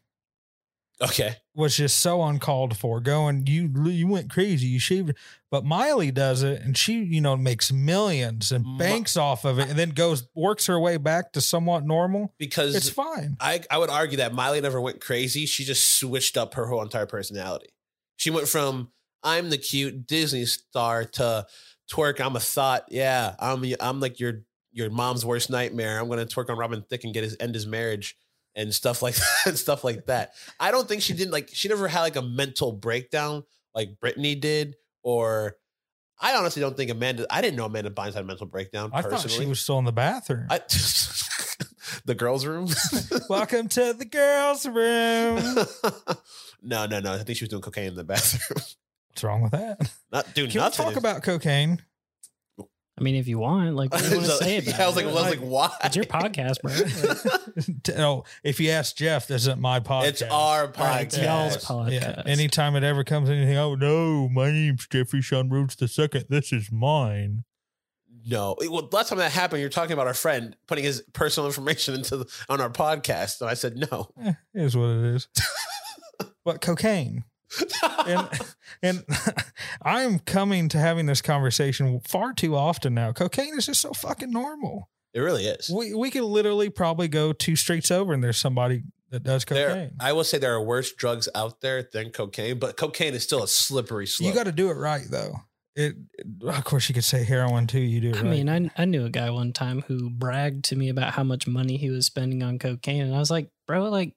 S1: Okay.
S2: was just so uncalled for. Going, you you went crazy, you shaved. But Miley does it, and she you know makes millions
S1: Mi-
S2: and banks off of it, and then goes works her way back to somewhat normal.
S1: Because
S2: It's fine.
S1: I, I would argue that Miley never went crazy. She just switched up her whole entire personality. She went from I'm the cute Disney star to twerk. I'm a thought. Yeah, I'm I'm like your your mom's worst nightmare. I'm gonna twerk on Robin Thicke and get his end his marriage and stuff like <laughs> that. and stuff like that. I don't think she did like she never had like a mental breakdown like Britney did or. I honestly don't think Amanda. I didn't know Amanda Bynes had a mental breakdown.
S2: I
S1: personally.
S2: thought she was still in the bathroom.
S1: I, <laughs> the girls' room. <laughs>
S2: Welcome to the girls' room.
S1: <laughs> no, no, no. I think she was doing cocaine in the bathroom. <laughs>
S2: What's wrong with that?
S1: Not doing
S2: Can
S1: nothing.
S2: we talk about cocaine?
S3: I mean, if you want, like,
S1: <laughs>
S3: what do you want to
S1: So-
S3: say about
S1: yeah, I was like,
S3: it?
S1: I was like, why?
S3: it's your
S1: <laughs>
S3: podcast, bro.
S2: oh, if you ask Jeff, this isn't my podcast.
S1: It's our
S3: Right, it's
S1: podcast.
S3: y'all's podcast.
S2: Yeah. Anytime it ever comes anything, oh no, my name's Jeffrey Sean Rhodes the second. This is mine.
S1: No, It- well, last time that happened, you're talking about our friend putting his personal information into the, on our podcast, and I said
S3: <laughs>
S1: no.
S2: eh, it is what it
S1: <laughs>
S2: is. but cocaine. And and <laughs> I'm coming to having this conversation far too often now. Cocaine is just so fucking normal.
S1: <laughs> it really is.
S2: We we could literally probably go two streets over and there's somebody that does
S1: There,
S2: cocaine.
S1: I will say there are worse drugs out there than cocaine, but cocaine is still a slippery slope.
S2: you got to do it right though. It, of course you could say heroin too. You do. It
S3: I
S2: right.
S3: mean, I, I knew a guy one time who bragged to me about how much money he was spending on cocaine, and I was like, bro, like,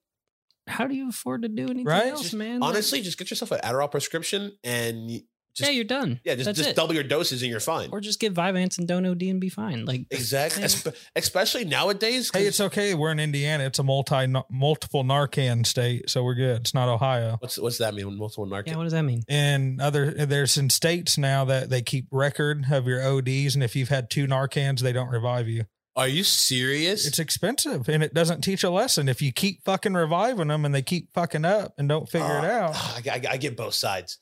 S3: how do you afford to do anything
S2: Right?
S3: else,
S1: Just-
S3: man? Like,
S1: honestly, just get yourself an Adderall prescription, and Just-
S3: yeah, you're done.
S1: Yeah, just,
S3: That's
S1: just
S3: it.
S1: double your doses and you're fine.
S3: Or just give Vyvanse and Dono D and be fine. Like
S1: Exactly. Espe- especially nowadays. 'cause-
S2: Hey, it's okay. We're in Indiana. It's a multi multiple Narcan state, so we're good. It's not Ohio.
S1: what's what's that mean? when Multiple narcan.
S3: yeah, what does that mean?
S2: And other there's in states now that they keep record of your ODs, and if you've had two Narcans, they don't revive you.
S1: Are you serious?
S2: It's expensive, and it doesn't teach a lesson. If you keep fucking reviving them, and they keep fucking up and don't figure it
S1: Ah,
S2: out,
S1: ah, I, I- I get both sides.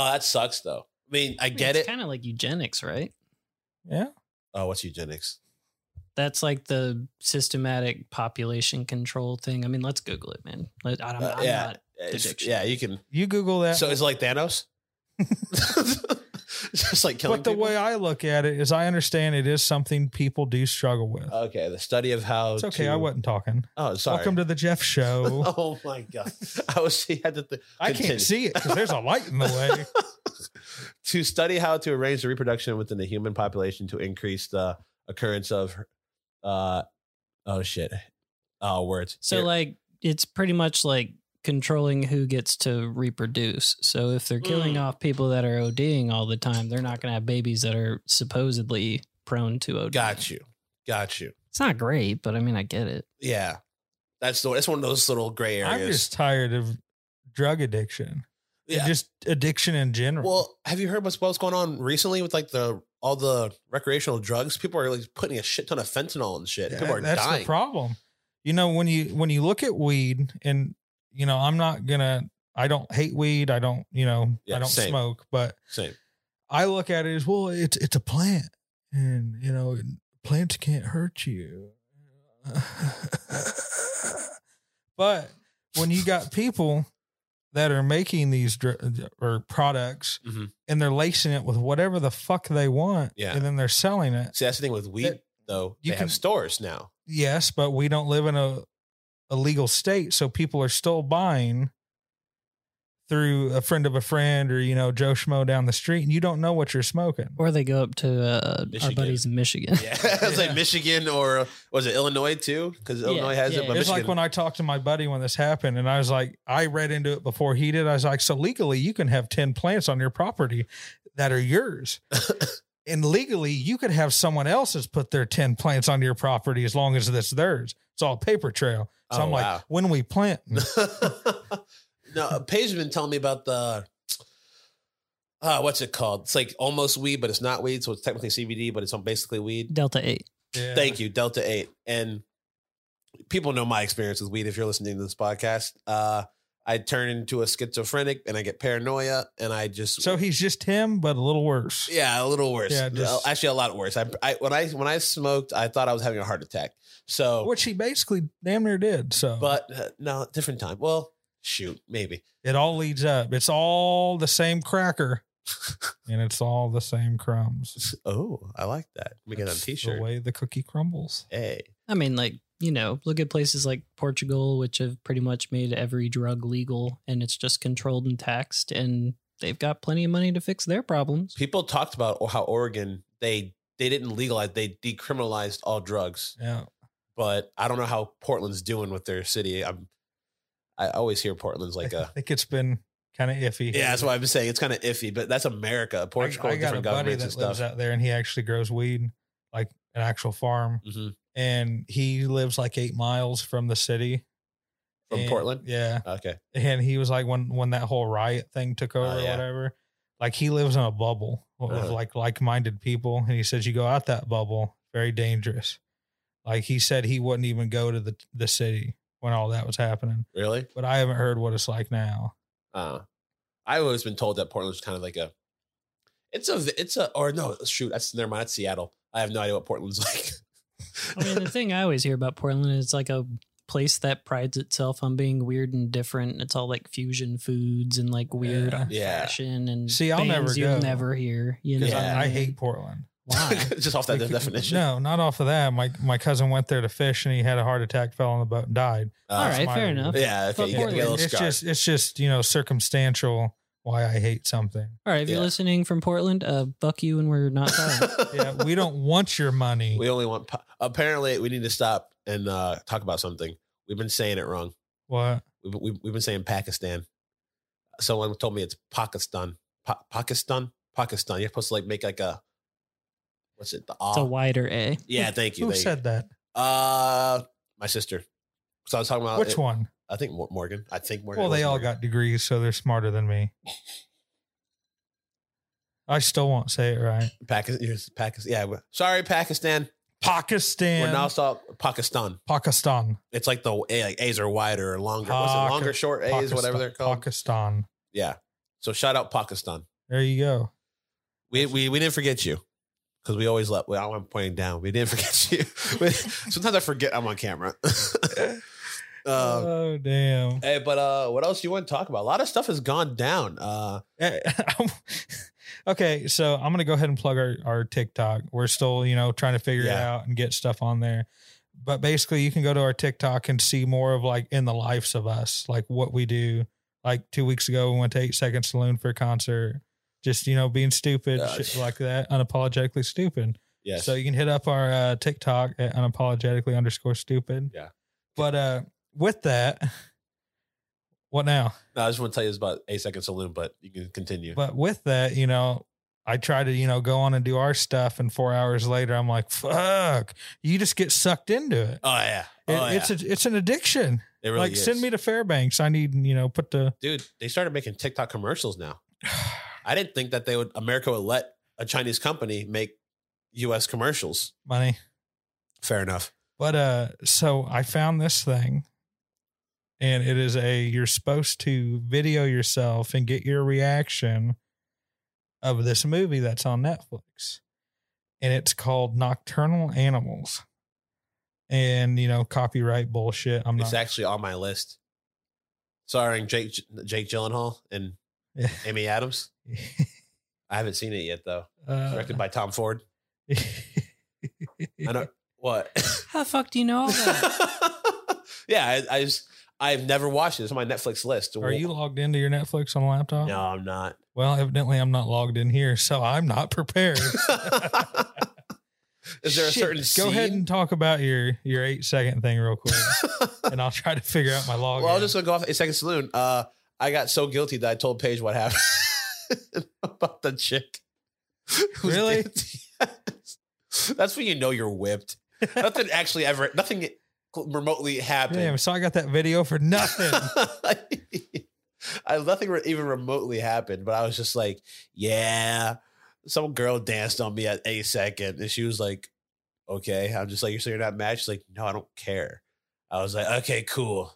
S1: Oh, that sucks though. I mean, I get
S3: it's
S1: it.
S3: kind of like eugenics, right?
S2: yeah,
S1: oh, what's eugenics?
S3: That's like the systematic population control thing. I mean, let's Google it, man. Let, I don't,
S1: Uh,
S3: I'm
S1: yeah.
S3: not.
S1: It's-
S3: addiction.
S1: yeah, you can.
S2: you Google that.
S1: So it's like
S2: <laughs>
S1: Thanos. <laughs> Just like killing.
S2: but the
S1: people?
S2: way I look at it is, I understand it is something people do struggle with.
S1: Okay, the study of how.
S2: it's okay.
S1: to-
S2: I wasn't talking.
S1: Oh, sorry.
S2: Welcome to the Jeff Show.
S1: <laughs> oh my
S2: <laughs>
S1: god! I was. He had to. Th-
S2: I
S1: Continue.
S2: can't see it because there's a light in the way.
S1: <laughs> to study how to arrange the reproduction within the human population to increase the occurrence of uh oh shit oh words
S3: So
S1: Here.
S3: like, it's pretty much like controlling who gets to reproduce. So if they're killing
S1: Mm.
S3: off people that are ODing all the time, they're not going to have babies that are supposedly prone to OD.
S1: got you got you
S3: It's not great, but I mean, I get it.
S1: yeah that's the that's one of those little gray areas
S2: I'm just tired of drug addiction. and
S1: yeah
S2: Just addiction in general.
S1: well have you heard what's what's going on recently with like the all the recreational drugs people are like putting a shit ton of fentanyl and shit
S2: Yeah,
S1: people are
S2: that's
S1: dying
S2: the problem. You know, when you when you look at weed and you know, I'm not gonna I don't hate weed, I don't, you know,
S1: Yeah,
S2: I don't
S1: same.
S2: smoke, but
S1: same
S2: I look at it as well, it's it's a plant and you know, plants can't hurt you. <laughs> but when you got people that are making these dr- or products
S1: Mhm.
S2: and they're lacing it with whatever the fuck they want
S1: Yeah.
S2: and then they're selling it.
S1: see that's the thing with weed
S2: That-
S1: though
S2: you
S1: they
S2: can-
S1: have stores
S2: <laughs>
S1: now
S2: Yes, but we don't live in a, a legal state, so people are still buying through a friend of a friend or you know Joe Schmo down the street, and you don't know what you're smoking.
S3: Or they go up to uh, our
S1: Michigan.
S3: buddies in Michigan.
S1: yeah <laughs> it's like michigan or was it illinois too because illinois has
S3: yeah,
S1: it but
S2: it's
S1: michigan
S2: like when I talked to my buddy when this happened, and I was like, I read into it before he did. I was like, so legally you can have ten plants on your property that
S1: <laughs>
S2: are yours. And legally, you could have someone else's put their 10 plants on your property as long as that's theirs. It's all paper trail. So
S1: Oh,
S2: I'm like,
S1: wow.
S2: when
S1: <laughs>
S2: we plant,
S1: no, uh, Paige has been telling me about the uh, what's it called? It's like almost weed, but it's not weed. So it's technically CBD, but it's basically weed.
S3: <laughs> Delta 8.
S1: Thank you, Delta Eight. And people know my experience with weed. If you're listening to this podcast, uh, I turn into a schizophrenic and I get paranoia, and I just
S2: So he's just him, but a little worse.
S1: yeah, a little worse.
S2: Yeah, just-
S1: actually a lot worse. I, I when I when I smoked, I thought I was having a heart attack. So,
S2: Which he basically damn near did. So
S1: but uh, no, different time. Well, shoot, maybe.
S2: it all leads up. It's all the
S1: <laughs>
S2: same cracker. and it's all the same crumbs.
S1: Oh, I like that. We get on
S2: That's
S1: a t-shirt.
S2: The way the cookie crumbles.
S1: Hey.
S3: I mean, like, you know, look at places like Portugal, which have pretty much made every drug legal and it's just controlled and taxed, and they've got plenty of money to fix their problems.
S1: people talked about how Oregon they they didn't legalize they decriminalized all drugs,
S2: Yeah.
S1: but I don't know how Portland's doing with their city. I'm I always hear Portland's like
S2: I <laughs>
S1: a
S2: think it's been kind of iffy.
S1: yeah, that's why I'm saying it's kind of iffy, but that's America. Portugal,
S2: I, I got a
S1: different
S2: buddy
S1: governments and
S2: that lives
S1: stuff.
S2: out there and he actually grows weed, like an actual farm.
S1: Mhm.
S2: And he lives like eight miles from the city.
S1: From
S2: And-
S1: Portland?
S2: Yeah.
S1: Okay,
S2: and he was like when when that whole riot thing took over
S1: Oh, yeah.
S2: or whatever like he lives in a bubble with
S1: Uh-huh.
S2: like like-minded people and he says you go out that bubble very dangerous like he said he wouldn't even go to the the city when all that was happening
S1: really?
S2: but i haven't heard what it's like now
S1: Uh, I've always been told that Portland's kind of like a it's a it's a or no shoot that's never mind that's Seattle. I have no idea what Portland's <laughs> like.
S3: I
S2: <laughs>
S3: mean, the thing I always hear about Portland is it's like a place that prides itself on being weird and different. It's all like fusion foods and like weird
S2: Yeah.
S1: Yeah.
S3: fashion and
S2: See, I'll never
S3: bands you'll
S2: go.
S3: never hear. You know,
S2: because
S1: Yeah.
S2: I,
S3: what mean?
S2: hate portland
S1: <laughs>
S3: why.
S2: <laughs>
S1: Just off that
S2: Like,
S1: definition.
S2: no not off of that my my cousin went there to fish and he had a heart attack fell on the boat and died
S1: Uh,
S3: All
S2: That's
S3: right,
S2: my
S3: fair
S2: rule.
S3: enough.
S1: Yeah. Okay.
S3: Fuck
S1: You get, you get a little
S2: it's
S1: scarred.
S2: just it's just you know circumstantial why i hate something
S3: All right, if
S1: Yeah.
S3: you're listening from Portland, uh, buck you and
S2: <laughs>
S3: we're not sorry.
S2: uh, yeah we don't want your
S1: <laughs>
S2: money
S1: We only want. Po- Apparently, we need to stop and uh, talk about something. We've been saying it wrong.
S2: what
S1: We've, we've, we've been saying Pakistan. Someone told me it's Pakistan. Pa- Pakistan, Pakistan. You're supposed to like make like a what's it? The ah.
S3: It's a wider A.
S1: yeah, thank you.
S2: Who
S1: thank you.
S2: said that?
S1: Uh, my sister. So I was talking about
S2: Which
S1: uh, it-
S2: one?
S1: I think Mor- Morgan. I think Morgan.
S2: Well,
S1: It was
S2: they all
S1: Morgan.
S2: got degrees, so they're smarter than me. I still won't say it right.
S1: Pakistan. Pakistan. Yeah. we're- Sorry, Pakistan.
S2: Pakistan.
S1: We're now saw Pakistan.
S2: Pakistan.
S1: It's like the A, like A's are wider or longer. What's
S2: Paki-
S1: it? Longer, short A's,
S2: Pakistan.
S1: whatever they're called.
S2: Pakistan.
S1: yeah. So shout out Pakistan.
S2: There you go.
S1: We we, we didn't forget you because we always let. Well, I'm pointing down. We didn't <laughs> forget you. We- Sometimes I forget I'm on camera. <laughs> uh,
S2: oh damn.
S1: hey, but uh, what else you want to talk about? A lot of stuff has gone down. Uh,
S2: <laughs> okay, so I'm gonna go ahead and plug our, our TikTok. We're still, you know, trying to figure it
S1: Yeah.
S2: out and get stuff on there. But basically you can go to our TikTok and see more of like in the lives of us, like what we do. Like two weeks ago we went to eight second saloon for a concert. Just, you know, being stupid,
S1: Gosh.
S2: shit like that, unapologetically stupid.
S1: yes.
S2: So you can hit up our uh, TikTok at unapologetically underscore stupid.
S1: Yeah.
S2: But uh, with that, what now?
S1: No, I just want to tell you it's about a second saloon, but you can continue.
S2: But with that, you know, I try to, you know, go on and do our stuff. And four hours later, I'm like, fuck, you just get sucked into it.
S1: oh yeah, oh,
S2: It-
S1: yeah.
S2: It's a, it's an addiction.
S1: it really
S2: like,
S1: is.
S2: send me to Fairbanks. I need, you know, put the. <sighs>
S1: dude. They started making TikTok commercials now. I didn't think that they would America would let a Chinese company make U.S. commercials.
S2: money.
S1: Fair enough.
S2: But uh so I found this thing and it is a you're supposed to video yourself and get your reaction of this movie that's on Netflix. And it's called Nocturnal Animals. And you know, copyright bullshit. I'm
S1: It's
S2: not
S1: actually on my list. Starring Jake Jake Gyllenhaal and Amy Adams. I haven't seen it yet though.
S2: <laughs> uh, <laughs>
S1: Directed by Tom Ford. I don't what. <laughs>
S3: How the fuck do you know all that?
S1: yeah, I, I just I've never watched it. It's on my Netflix list.
S2: Are you logged into your Netflix on a laptop?
S1: No, I'm not.
S2: Well, evidently I'm not logged in here, so I'm not prepared.
S1: <laughs> Is there a
S2: Shit,
S1: certain
S2: Go ahead
S1: scene?
S2: and talk about your your eight second thing
S1: <laughs>
S2: real quick, and I'll try to figure out my log.
S1: Well, I'm just gonna go off a second saloon. Uh, I got so guilty that I told Paige what happened <laughs> about the chick. who's
S2: Really?
S1: dancing. Yes. <laughs> That's when you know you're whipped. nothing actually ever. Nothing remotely
S2: Damn,
S1: happened.
S2: so I got that video for nothing.
S1: <laughs> I nothing re- even remotely happened, but I was just like, yeah. Some girl danced on me at a second, and she was like, "Okay." I'm just like, "You're so you're not mad?" She's like, "No, I don't care." I was like, "Okay, cool."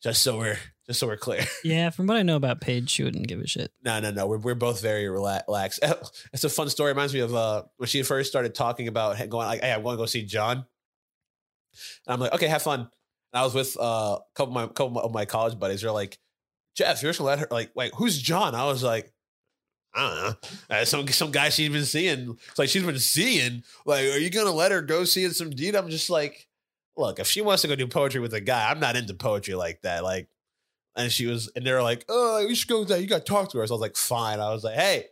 S1: Just so we're just so we're clear.
S3: yeah, from what I know about Paige, she wouldn't give a shit.
S1: No, no, no. We're, we're both very rela- relaxed. <laughs> It's a fun story. Reminds me of uh, when she first started talking about ha- going like, "Hey, I want to go see John." And I'm like, "Okay, have fun." And I was with uh, a couple of my couple of my college buddies. They're like, "Jeff, you're just gonna let her like, wait, who's John?" I was like, "I don't know. Uh, some some guy she's been seeing. It's like she's been seeing. Like, are you gonna let her go see some dude?" I'm just like, "Look, if she wants to go do poetry with a guy, I'm not into poetry like that. Like." And she was, and they were like, "Oh, you should go there. You got to talk to her." So I was like, "Fine." I was like, "Hey,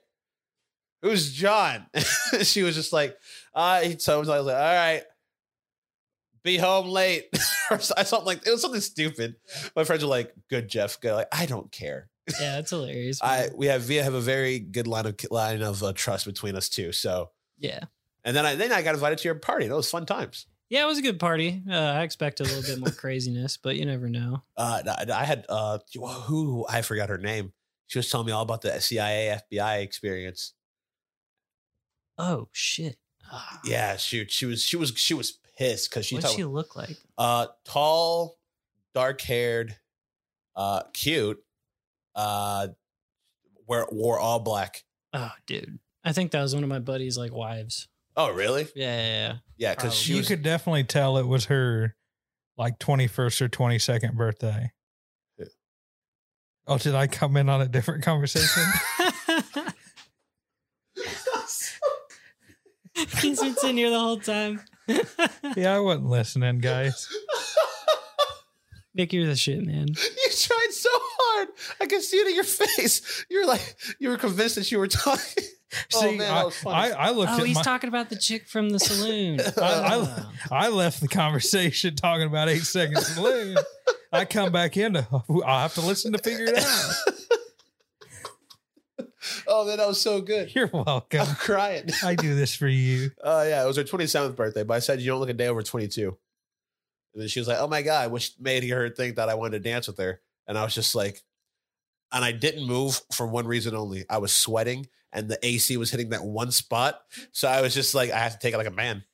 S1: who's John?" <laughs> she was just like, "Uh," he told me. I was like, "All right, be home late," <laughs> or something like it was something stupid. My friends were like, "Good, Jeff." Go like, I don't care.
S3: Yeah, that's hilarious.
S1: I we have we have a very good line of line of uh, trust between us too. So,
S3: yeah.
S1: and then I then I got invited to your party. That was fun times.
S3: Yeah, it was a good party. Uh, I expected a little bit more craziness, but you never know.
S1: uh, I- I had uh, who I forgot her name. She was telling me all about the CIA FBI experience.
S3: Oh shit! Ah,
S1: Yeah, shoot, she was she was she was pissed because she
S3: What'd
S1: thought
S3: she look like?
S1: uh, tall, dark haired, uh, cute, uh, wore wore all black.
S3: Oh, dude, I think that was one of my buddy's like wives.
S1: Oh, really?
S3: Yeah, yeah, yeah.
S1: Yeah, because she
S2: you
S1: was.
S2: could definitely tell it was her, like twenty first or twenty second birthday.
S1: Yeah.
S2: Oh, did I come in on a different
S1: <laughs>
S2: conversation?
S3: <laughs> He's been sitting here the whole time. <laughs>
S2: yeah, I wasn't listening, guys.
S3: Nick, you're the shit, man.
S1: <laughs> You tried so hard. I can see it in your face. <laughs> You're like you were convinced that you were <laughs> talking. Oh,
S2: See,
S1: man, that was
S2: I,
S1: funny.
S2: I, I looked
S3: Oh,
S2: at
S3: he's
S2: my,
S3: talking about the chick from the <laughs> saloon.
S2: I- I-
S3: Oh.
S2: I left the conversation <laughs> talking about eight seconds balloon.
S1: <laughs>
S2: I come back in. I'll have to listen to figure it out.
S1: Oh, man, that was so
S2: <laughs>
S1: good.
S2: You're welcome.
S1: I'm crying.
S2: I do this for you.
S1: Oh yeah, it was her 27th birthday, but I said you don't look a day over 22. And then she was like, "Oh my god," which made her think that I wanted to dance with her, and I was just like, and I didn't move for one reason only. I was sweating, and the AC was hitting that one spot, so I was just like, I have to take it like a man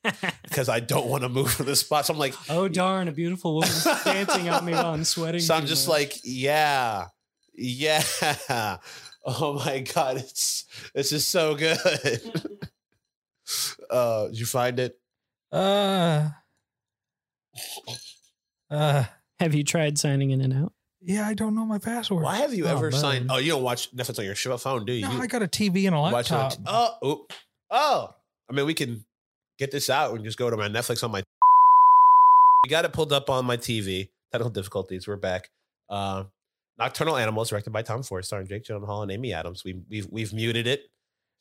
S1: because I don't want to move from this spot. So I'm like,
S3: oh darn, a beautiful <laughs> woman's dancing on me while I'm sweating.
S1: so I'm
S3: too
S1: just
S3: much.
S1: like, yeah, yeah. <laughs> Oh my god, it's this is so good. <laughs> uh, did you find it?
S2: <laughs> Uh, uh,
S3: have you tried signing in and out?
S2: yeah, I don't know my password.
S1: Why have you
S3: Oh,
S1: ever
S3: man.
S1: signed? Oh, you don't watch Netflix on your sh- phone, do you?
S2: No,
S1: You
S2: I got a TV and a
S1: watch it on
S2: laptop.
S1: t- oh, oh, oh. I mean, we can get this out and just go to my Netflix on my. We got it pulled up on my TV. Technical difficulties. We're back. Uh, Nocturnal Animals, directed by Tom Ford, starring Jake Gyllenhaal and Amy Adams. We, we've we've muted it.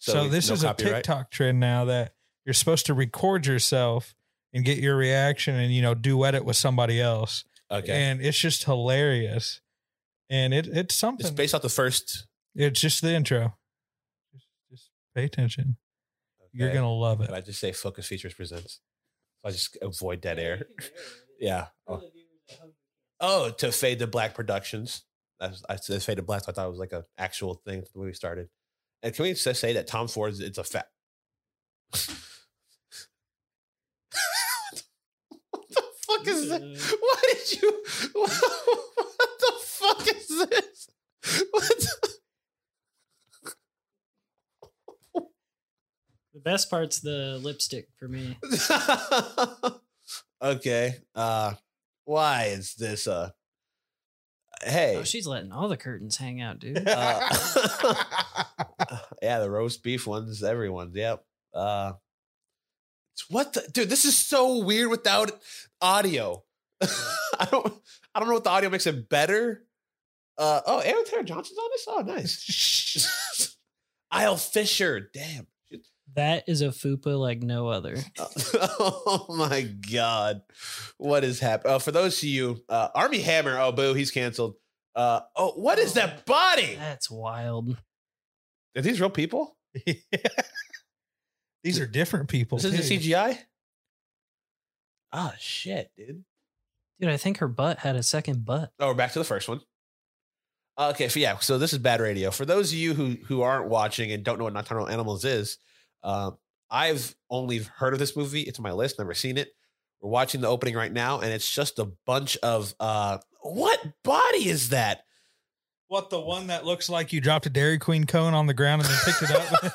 S2: so
S1: we-
S2: this
S1: no
S2: is
S1: copyright.
S2: a TikTok trend now that you're supposed to record yourself and get your reaction and you know duet it with somebody else.
S1: Okay,
S2: And it's just hilarious. And it it's something.
S1: it's
S2: It's,
S1: based off the first.
S2: just the intro. Just, just pay attention. You're
S1: Okay.
S2: gonna love it.
S1: Can I just say Focus Features presents? I just avoid dead air. <laughs> Yeah. Oh. Oh, to Fade to Black Productions. That's I said Fade to Black. so I thought it was like an actual thing when we started. And can we just say that Tom Ford's it's a fat? <laughs> what the fuck is this? Why did you? <laughs> What the fuck is this? What? the-
S3: The best part's the lipstick for me.
S1: <laughs> okay. Uh, why is this? Uh, hey.
S3: Oh, she's letting all the curtains hang out, dude.
S1: <laughs> Uh, <laughs> yeah, the roast beef ones, everyone's. Yep. Uh, it's- what the dude? This is so weird without audio. <laughs> I don't. I don't know if the audio makes it better. Uh, oh, Aaron Taylor Johnson's on this. Oh, nice. <laughs> Isle Fisher. Damn.
S3: That is a fupa like no other.
S1: <laughs> oh my god what is happening oh for those of you uh army hammer oh boo he's canceled uh oh what is that body
S3: That's wild.
S1: are these real people
S2: <laughs> These are different people.
S1: this isn't
S2: too.
S1: cgi ah shit dude
S3: Dude, I think her butt had a second butt.
S1: oh we're back to the first one okay so yeah so this is bad radio for those of you who who aren't watching and don't know what nocturnal animals is um i've only heard of this movie it's on my list never seen it we're watching the opening right now and it's just a bunch of uh what body is that
S2: What the one that looks like you dropped a Dairy Queen cone on the ground and then picked it up?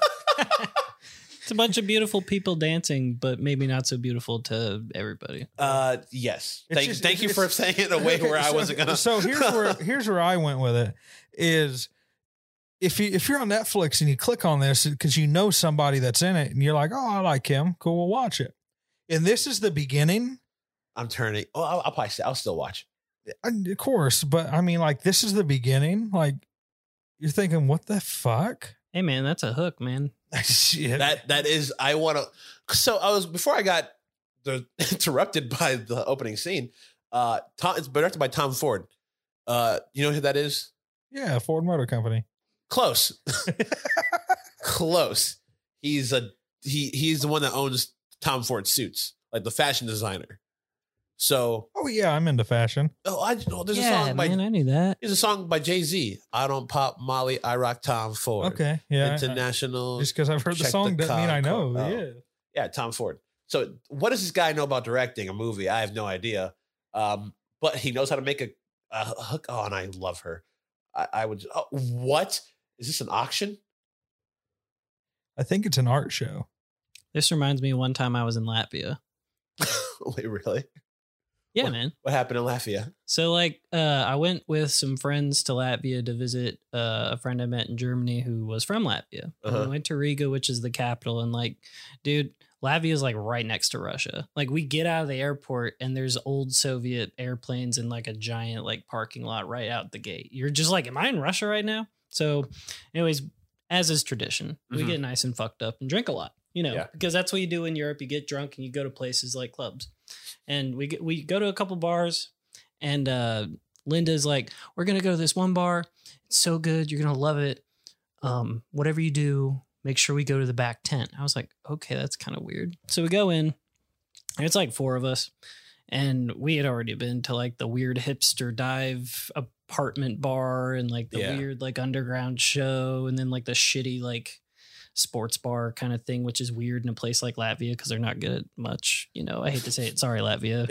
S3: It's a bunch of beautiful people dancing, but maybe not so beautiful to everybody.
S1: Uh, yes.
S2: It's
S1: Thank,
S2: just-
S1: thank you
S2: it's-
S1: for saying it <laughs> in a
S2: <laughs>
S1: way
S2: Okay,
S1: where I
S2: so-
S1: wasn't gonna.
S2: So
S1: <laughs>
S2: here's where here's where I went with it is if you if you're on Netflix and you click on this because you know somebody that's in it and you're like, oh, I like him, cool, we'll watch it. And this is the beginning,
S1: I'm turning. Oh, I'll, I'll probably. Say, I'll still watch.
S2: and of course, but I mean, like this is the beginning. Like you're thinking, what the fuck?
S3: Hey, man, that's a hook, man.
S2: <laughs> Shit.
S1: That that is. I want to. So I was before I got the, <laughs> interrupted by the opening scene. Uh, Tom. It's directed by Tom Ford. Uh, you know who that is?
S2: yeah, Ford Motor Company. <laughs>
S1: Close. Close. He's a he. He's the one that owns Tom Ford suits, like the fashion designer. So
S2: Oh yeah, I'm into fashion.
S1: oh, I oh, there's
S3: yeah,
S1: a song by
S3: man, I knew that.
S1: Here's a song by Jay Z. I don't pop Molly, I rock Tom Ford.
S2: Okay, yeah. I-
S1: International.
S2: just because I've heard the
S1: check
S2: song
S1: the
S2: doesn't mean I know.
S1: concord- oh.
S2: Yeah.
S1: yeah, Tom Ford. So, what does this guy know about directing a movie? I have no idea. Um, but he knows how to make a, a hook. Oh, and I love her. I, I would. Oh, what is this an auction? <laughs>
S2: I think it's an art show.
S3: This reminds me of one time I was in Latvia.
S1: Wait, really?
S3: Yeah,
S1: What?
S3: man.
S1: What happened in Latvia?
S3: So like uh I went with some friends to Latvia to visit uh, a friend I met in Germany who was from Latvia. And
S1: Uh-huh.
S3: we went to Riga, which is the capital, and like, dude, Latvia is like right next to Russia. Like we get out of the airport and there's old Soviet airplanes in like a giant like parking lot right out the gate. You're just like, Am I in Russia right now? So anyways, as is tradition, we
S1: Mhm.
S3: get nice and fucked up and drink a lot. You know,
S1: Yeah.
S3: because that's what you do in Europe. You get drunk and you go to places like clubs. And we get, we go to a couple bars, and uh, Linda's like, "We're gonna go to this one bar. It's so good. You're gonna love it. um, whatever you do, make sure we go to the back tent. I was like, okay, that's kind of weird. So we go in, and it's like four of us, and we had already been to like the weird hipster dive apartment bar and like the
S1: Yeah.
S3: weird like underground show, and then like the shitty like sports bar kind of thing, which is weird in a place like Latvia because they're not good at much. You know, I hate to say it. Sorry, Latvia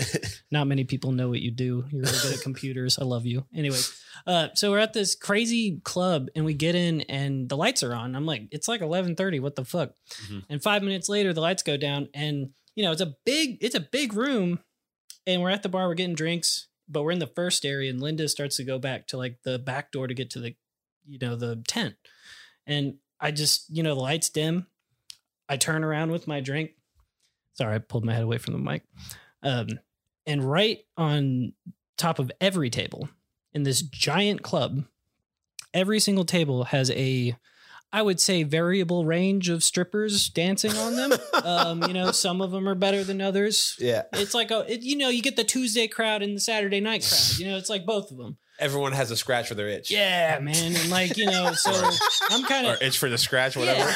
S3: not many people know what you do. You're really good at computers. I love you. Anyway, uh, so we're at this crazy club and we get in and the lights are on. I'm like, it's like 11:30. What the fuck?
S1: Mhm.
S3: And five minutes later, the lights go down and you know it's a big it's a big room, and we're at the bar. We're getting drinks, but we're in the first area and Linda starts to go back to like the back door to get to the you know the tent, and I just you know the lights dim. I turn around with my drink. Sorry, I pulled my head away from the mic. Um, and right on top of every table in this giant club, every single table has a, I would say, variable range of strippers dancing on them. um, you know, some of them are better than others.
S1: yeah.
S3: It's like a, it, you know, you get the Tuesday crowd and the Saturday night crowd. You know, it's like both of them.
S1: Everyone has a scratch for their itch.
S3: Yeah, man, and like you know, so I'm kind
S1: Or
S3: of
S1: itch for the scratch, whatever.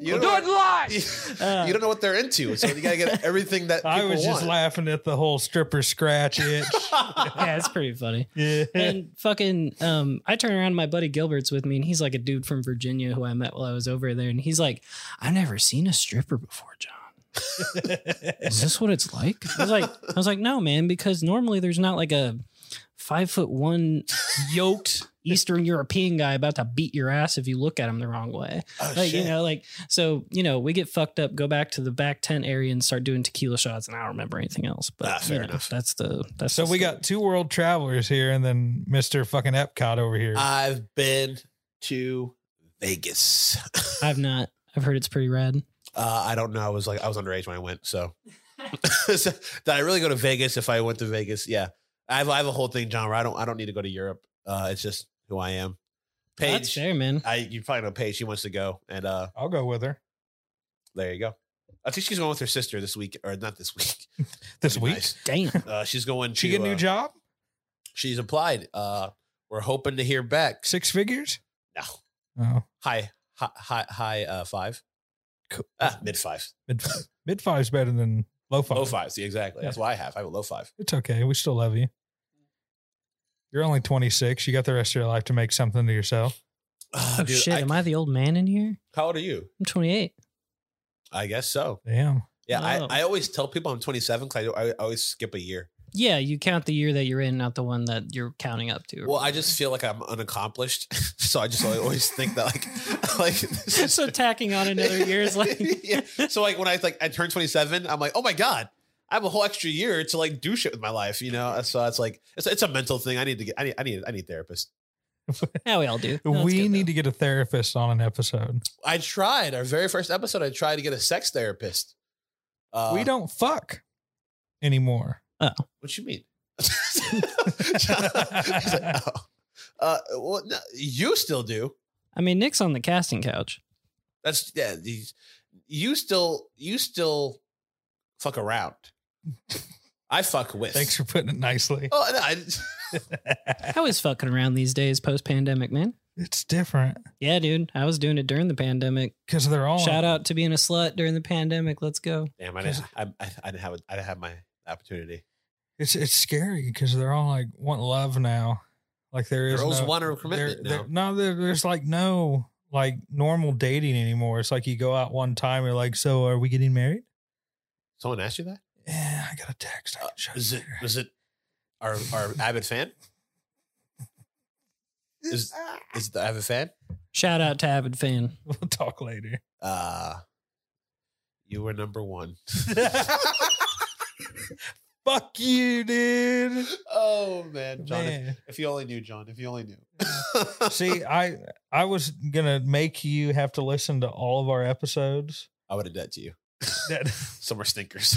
S1: you, don't, you,
S3: uh,
S1: <laughs> you don't know what they're into, so you gotta get everything that people
S2: <laughs> I was just
S1: want.
S2: laughing at the whole stripper
S1: <laughs>
S2: scratch itch.
S3: yeah, it's pretty funny.
S2: yeah.
S3: and fucking um I turn around my buddy Gilbert's with me and he's like a dude from Virginia who I met while I was over there and he's like I've never seen a stripper before John is this what it's like I was like I was like no man because normally there's not like a five foot one yoked Eastern European guy about to beat your ass if you look at him the wrong way
S1: Oh,
S3: like
S1: shit.
S3: you know like so you know we get fucked up go back to the back tent area and start doing tequila shots and I don't remember anything else but
S1: Ah, fair
S3: you know,
S1: enough.
S3: that's the that's
S2: So
S3: the
S2: we
S3: story.
S2: got two world travelers here, and then Mister fucking Epcot over here.
S1: I've been to Vegas. <laughs>
S3: I've not I've heard it's pretty rad
S1: Uh, I don't know. I was like, I was underage when I went.
S2: <laughs>
S1: So. <laughs> So, did I really go to Vegas? If I went to Vegas, yeah, I have, I have a whole thing, John. Where I don't, I don't need to go to Europe. Uh, it's just who I am.
S3: that's
S1: Paige,
S3: fair man
S1: I you probably know Paige. She wants to go, and uh,
S2: I'll go with her
S1: there you go. I think she's going with her sister this week, or not this week. <laughs>
S2: this
S1: That'd be
S2: week.
S1: nice. <laughs>
S3: Damn.
S1: Uh, she's going. To,
S2: She get a new
S1: uh,
S2: job,
S1: She's applied. Uh, we're hoping to hear back.
S2: six figures.
S1: No,
S2: Oh,
S1: high, hi- high, high, uh, five,
S2: cool.
S1: ah, mid five,
S2: mid mid five's better than low five.
S1: low five. See, exactly. That's what I have. I have a low five.
S2: It's okay. We still love you. You're only 26. You got the rest of your life to make something to yourself.
S1: Ah,
S3: Oh
S1: dude,
S3: shit,
S1: I-
S3: am I the old man in here?
S1: how old are you?
S3: I'm 28.
S1: I guess so.
S2: Damn.
S1: Yeah,
S3: Oh.
S1: I, I always tell people I'm 27 because I, I always skip a year.
S3: Yeah, you count the year that you're in, not the one that you're counting up to. or
S1: Well,
S3: <laughs>
S1: I just feel like I'm unaccomplished, <laughs> so I just always think that like, <laughs> like this
S3: whatever.
S1: is- <laughs>
S3: so tacking on another year is like <laughs>
S1: yeah. So like when I like I turned 27, I'm like, oh my god, I have a whole extra year to like do shit with my life, you know. Uh, So it's like it's, it's a mental thing. I need to get I need I need I need a therapist.
S3: Yeah, we all do. No, it's
S2: we
S3: good,
S2: need
S3: though.
S2: to get a therapist on an episode.
S1: I tried our very first episode. I tried to get a sex therapist. Uh,
S2: we don't fuck anymore.
S1: What you mean? <laughs> He's like, "Oh." Uh, well, no, you still do.
S3: I mean, Nick's on the casting couch.
S1: That's yeah. These, you still you still fuck around. I fuck with.
S2: Thanks for putting it nicely.
S1: <laughs> Oh, no, I, <laughs>
S3: I was fucking around these days post pandemic, man.
S2: It's different
S3: Yeah, dude. I was doing it during the pandemic.
S2: because they're all
S3: Shout out to being a slut during the pandemic. Let's go.
S1: damn, I didn't. I, I, I didn't have. A, I didn't have my opportunity.
S2: It's it's scary because they're all like want love now. Like there is
S1: Girls
S2: no,
S1: want a commitment
S2: there- there- no, there- there's like no like normal dating anymore. It's like you go out one time, you're like, so are we getting married?
S1: Someone asked you that?
S2: Yeah, I got a text. I can show
S1: Uh, Is
S2: you
S1: it?
S2: later.
S1: Was it our our avid fan? Is is it the avid fan?
S3: Shout out to Avid Fan.
S2: <laughs> We'll talk later.
S1: Uh you were number <laughs> one.
S2: Fuck you, dude.
S1: oh man, John! If, <laughs>
S2: Man.
S1: if you only knew, John. If you only <laughs> knew.
S2: See, I I was gonna make you have to listen to all of our episodes.
S1: I would have done that to you.
S2: That
S1: <laughs> Some are
S2: <laughs>
S1: stinkers.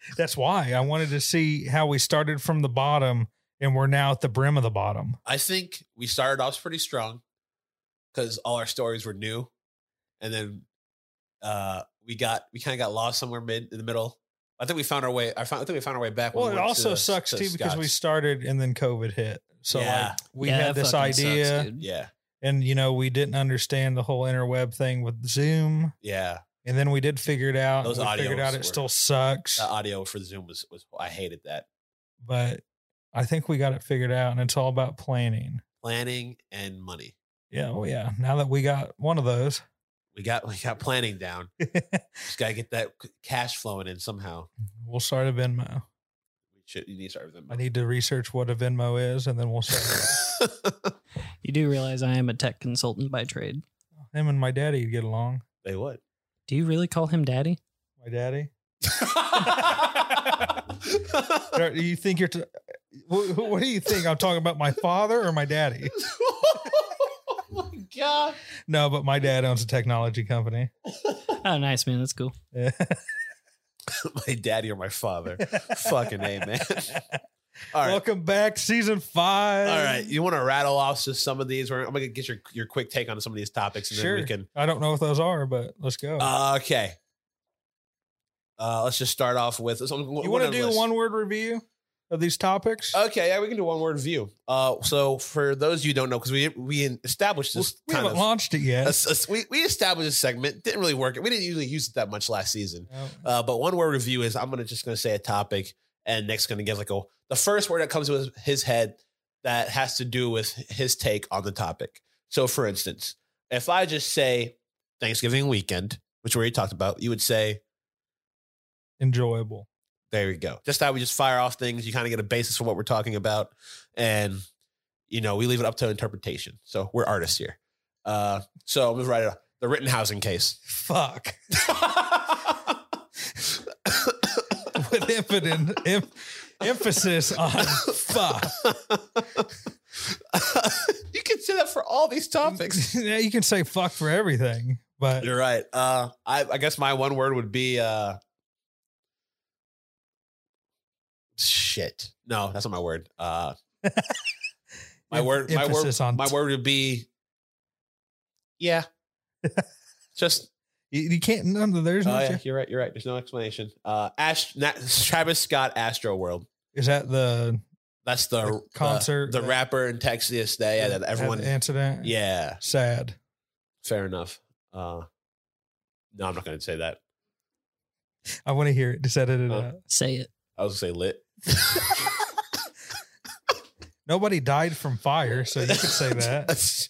S1: <laughs>
S2: that's why I wanted to see how we started from the bottom and we're now at the brim of the bottom.
S1: I think we started off pretty strong because all our stories were new, and then uh, we got we kind of got lost somewhere mid in the middle. I think we found our way. I, found, I think we found our way back. when
S2: Well,
S1: we
S2: it
S1: went to
S2: also
S1: the-
S2: sucks
S1: to
S2: too because we
S1: Scott's.
S2: started and then COVID hit. So
S1: Yeah.
S2: like, we
S3: Yeah,
S2: had
S3: that
S2: this
S3: fucking sucks,
S2: idea,
S3: dude.
S1: Yeah.
S2: and you know, we didn't understand the whole interweb thing with Zoom,
S1: Yeah.
S2: and then we did figure it out.
S1: Those
S2: and we figured
S1: audios
S2: out it
S1: were-
S2: still sucks,
S1: The audio for Zoom was, was I hated that.
S2: but I think we got it figured out, and it's all about planning.
S1: Planning and money.
S2: Yeah, oh yeah. Now that we got one of those, <laughs>
S1: We got <laughs> we got planning down. Just gotta get that c- cash flowing in somehow.
S2: we'll start a Venmo.
S1: We should you need to start with
S2: I need to research what a Venmo is, and then
S1: <laughs>
S2: we'll start. it.
S1: them.
S3: You do realize I am a tech consultant by trade.
S2: Him and my daddy get along.
S1: they
S2: <laughs>
S1: would.
S3: Do you really call him daddy?
S1: <laughs>
S2: My daddy. Oh Or Do you think you're? T- Wh- wh- what do you think? I'm talking about my father or my daddy?
S1: oh my god.
S2: No, but my dad owns a technology company.
S3: Oh, nice man. That's cool.
S2: Yeah.
S1: <laughs> my daddy or my father. Fucking A,
S2: <laughs>
S1: man. All right.
S2: Welcome back, season five.
S1: All right. You want to rattle off just some of these? We're, I'm gonna get your your quick take on some of these topics, and
S2: Sure.
S1: then we can.
S2: I don't know what those are, but let's go.
S1: Uh, okay. Uh, let's just start off with. so I'm-
S2: you
S1: I'm
S2: want to
S1: gonna
S2: do
S1: list- Uh,
S2: one word review of these topics?
S1: Okay, yeah, we can do one word view. Uh, so for those you who don't know, because we we established
S2: Well,
S1: this
S2: we
S1: kind
S2: haven't
S1: of
S2: launched it yet.
S1: a s- a- we we established a segment. Didn't really work. We didn't usually use it that much last season.
S2: <laughs> No.
S1: Uh, but one word review is I'm gonna just gonna say a topic, and Nick's gonna give like a the first word that comes to his, his head that has to do with his take on the topic. So for instance, if I just say Thanksgiving weekend, which we already talked about, you would say
S2: Enjoyable. <laughs>
S1: there you go. Just how we just fire off things. You kind of get a basis for what we're talking about. And, you know, we leave it up to interpretation. So we're artists here. Uh, so I'm going to write it off. The written housing case. <laughs>
S2: Fuck. With infinite em- emphasis on fuck.
S1: you can say that for all these <laughs> topics.
S2: <laughs> yeah, you can say fuck for everything, but
S1: You're right. Uh, I, I guess my one word would be uh, shit. No, that's not my word. <laughs> Uh, my word. My word.
S2: emphasis on
S1: my word would be. Yeah. Just
S2: You, you can't. No, <laughs> there's no.
S1: oh yeah, you're right. You're right. There's no explanation. Uh, Ash, Na- Travis Scott, Astro World.
S2: Is that the
S1: That's the,
S2: The concert uh,
S1: The,
S2: that-
S1: rapper in Texas. That yeah, that everyone.
S2: incident?
S1: Yeah,
S2: sad.
S1: fair enough. Uh, no, I'm not going to say that.
S2: I want to hear it. Just edit it
S1: Oh.
S2: out.
S3: Say it.
S1: I was going to say lit.
S2: Nobody died from fire, <laughs> so you could
S1: <laughs>
S2: say that.
S1: It's-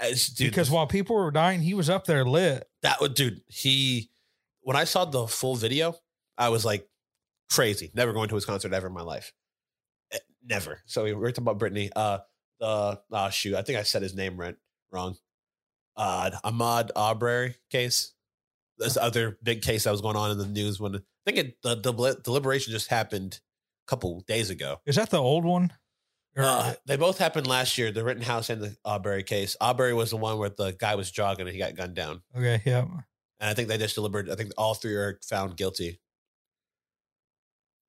S1: uh, it's- dude,
S2: because while people were dying, he was up there lit.
S1: that would, dude, he, when I saw the full video, I was like, crazy. Never going to his concert ever in my life. Eh, Never. So we were talking about Brittany. Uh, the, oh, shoot. I think I said his name right, wrong. Uh, Ahmad Aubrey case. This other big case that was going on in the news when I think it, the, the deliberation just happened a couple days ago.
S2: Is that the old one? Or-
S1: Uh, they both happened last year, the Rittenhouse and the Aubrey case. Aubrey was the one where the guy was jogging and he got gunned down.
S2: okay, yeah.
S1: And I think they just delivered. I think all three are found guilty.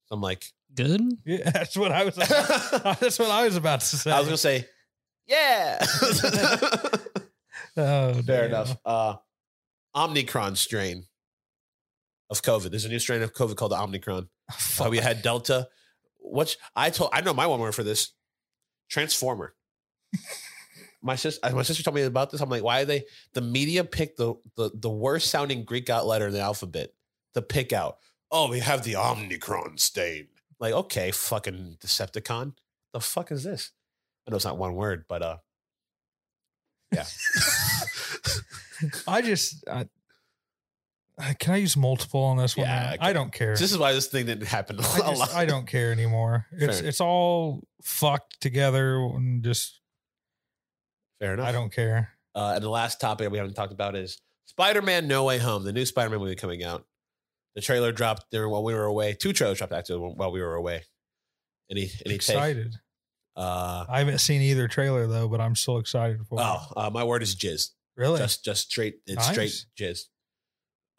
S1: So I'm like,
S3: Good.
S2: yeah. <laughs> That's what I was.
S1: I <laughs>
S2: that's what I was about to say.
S1: was gonna say, <laughs> yeah,
S2: oh,
S1: fair
S2: damn.
S1: enough. Uh, Omnicron strain of COVID. There's a new strain of COVID called the
S2: <laughs>
S1: Omnicron.
S2: Oh,
S1: So we had Delta. What's I told? I know my one word for this. Transformer. my sister, my sister told me about this. I'm like, why are they? The media picked the the, the worst sounding Greek out letter in the alphabet to pick out. Oh, we have the Omnicron stain. Like, okay, fucking Decepticon. The fuck is this? I know it's not one word, but uh, yeah.
S2: I just. I, I- can I use multiple on this one?
S1: Yeah,
S2: now?
S1: okay.
S2: I don't care.
S1: this is why this thing didn't happen <laughs> a
S2: I, just-
S1: lot.
S2: I don't
S1: <laughs>
S2: care anymore. It's
S1: Fair.
S2: it's all fucked together and just
S1: Fair enough.
S2: I don't care.
S1: Uh, and the last topic we haven't talked about is Spider Man No Way Home, the new Spider Man movie coming out. The trailer dropped during while we were away. Two trailers dropped actually while we were away. Any any take?
S2: excited.
S1: Uh,
S2: I haven't seen either trailer though, but I'm still excited for.
S1: oh,
S2: it.
S1: uh, my word is jizz.
S2: really?
S1: Just just straight it's
S2: Nice.
S1: straight jizz.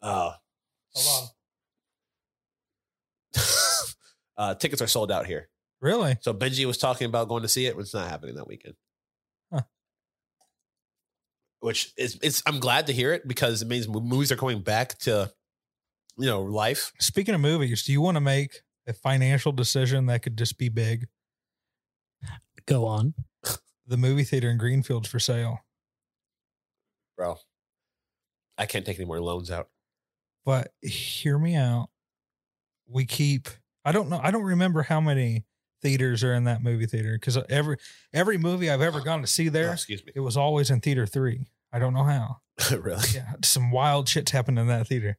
S1: Uh,
S2: Hold
S1: <laughs> uh, tickets are sold out here.
S2: Really?
S1: So Benji was talking about going to see it, but it's not happening that weekend.
S2: Huh.
S1: Which is it's I'm glad to hear it because it means movies are coming back to you know life.
S2: Speaking of movies, do you want to make a financial decision that could just be big?
S3: Go on.
S2: The movie theater in Greenfield's for sale,
S1: bro. I can't take any more loans out.
S2: but hear me out. We keep. I don't know. I don't remember how many theaters are in that movie theater because every every movie I've ever gone to see
S1: Oh,
S2: there,
S1: excuse me. <laughs>
S2: it was always in theater three. I don't know how.
S1: really?
S2: yeah, some wild shits happened in that theater.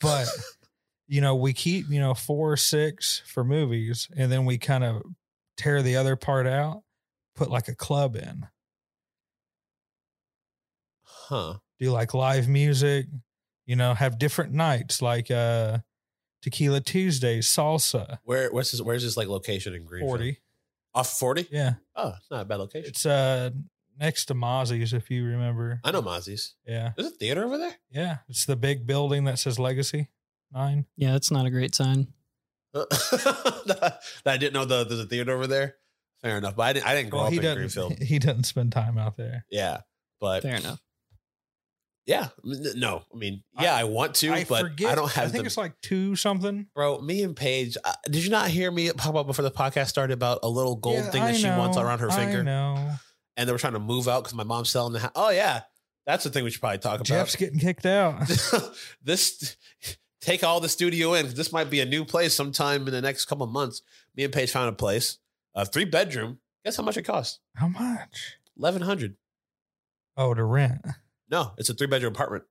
S2: But you know, we keep you know four or six for movies, and then we kind of tear the other part out, put like a club in,
S1: Huh.
S2: do like live music, you know, have different nights like uh Tequila Tuesdays, salsa
S1: Where? Where's this? Where's this like location in Greenfield?
S2: forty,
S1: Off forty?
S2: yeah,
S1: Oh, it's not a bad location.
S2: it's uh next to Mozzie's if you remember,
S1: I know Mozzie's.
S2: yeah,
S1: There's a theater over there. <laughs>
S2: yeah, it's the big building that says Legacy Nine.
S3: Yeah, that's not a great sign.
S1: I didn't know the, there's a theater over there. Fair enough, but I didn't. I didn't grow
S2: Well,
S1: up
S2: he
S1: in
S2: doesn't.
S1: Greenfield.
S2: <laughs> He doesn't spend time out there.
S1: Yeah, but
S3: Fair enough.
S1: yeah, n- no. I mean, yeah, I, want to, but I don't have.
S2: I think
S1: the,
S2: it's like two something.
S1: Bro, me and Paige, uh, did you not hear me pop up before the podcast started about a little gold
S2: Yeah,
S1: thing
S2: I
S1: that she wants
S2: know,
S1: around her
S2: I
S1: finger?
S2: know.
S1: And they were trying to move out because my mom's selling the house. Oh, yeah. That's the thing we should probably talk
S2: Jeff's <laughs> getting kicked out.
S1: about. <laughs> this, take all the studio in. 'cause This might be a new place sometime in the next couple of months. Me and Paige found a place, a three bedroom. Guess how much it cost?
S2: How much?
S1: 1100
S2: Oh, to rent.
S1: No, it's a three bedroom apartment.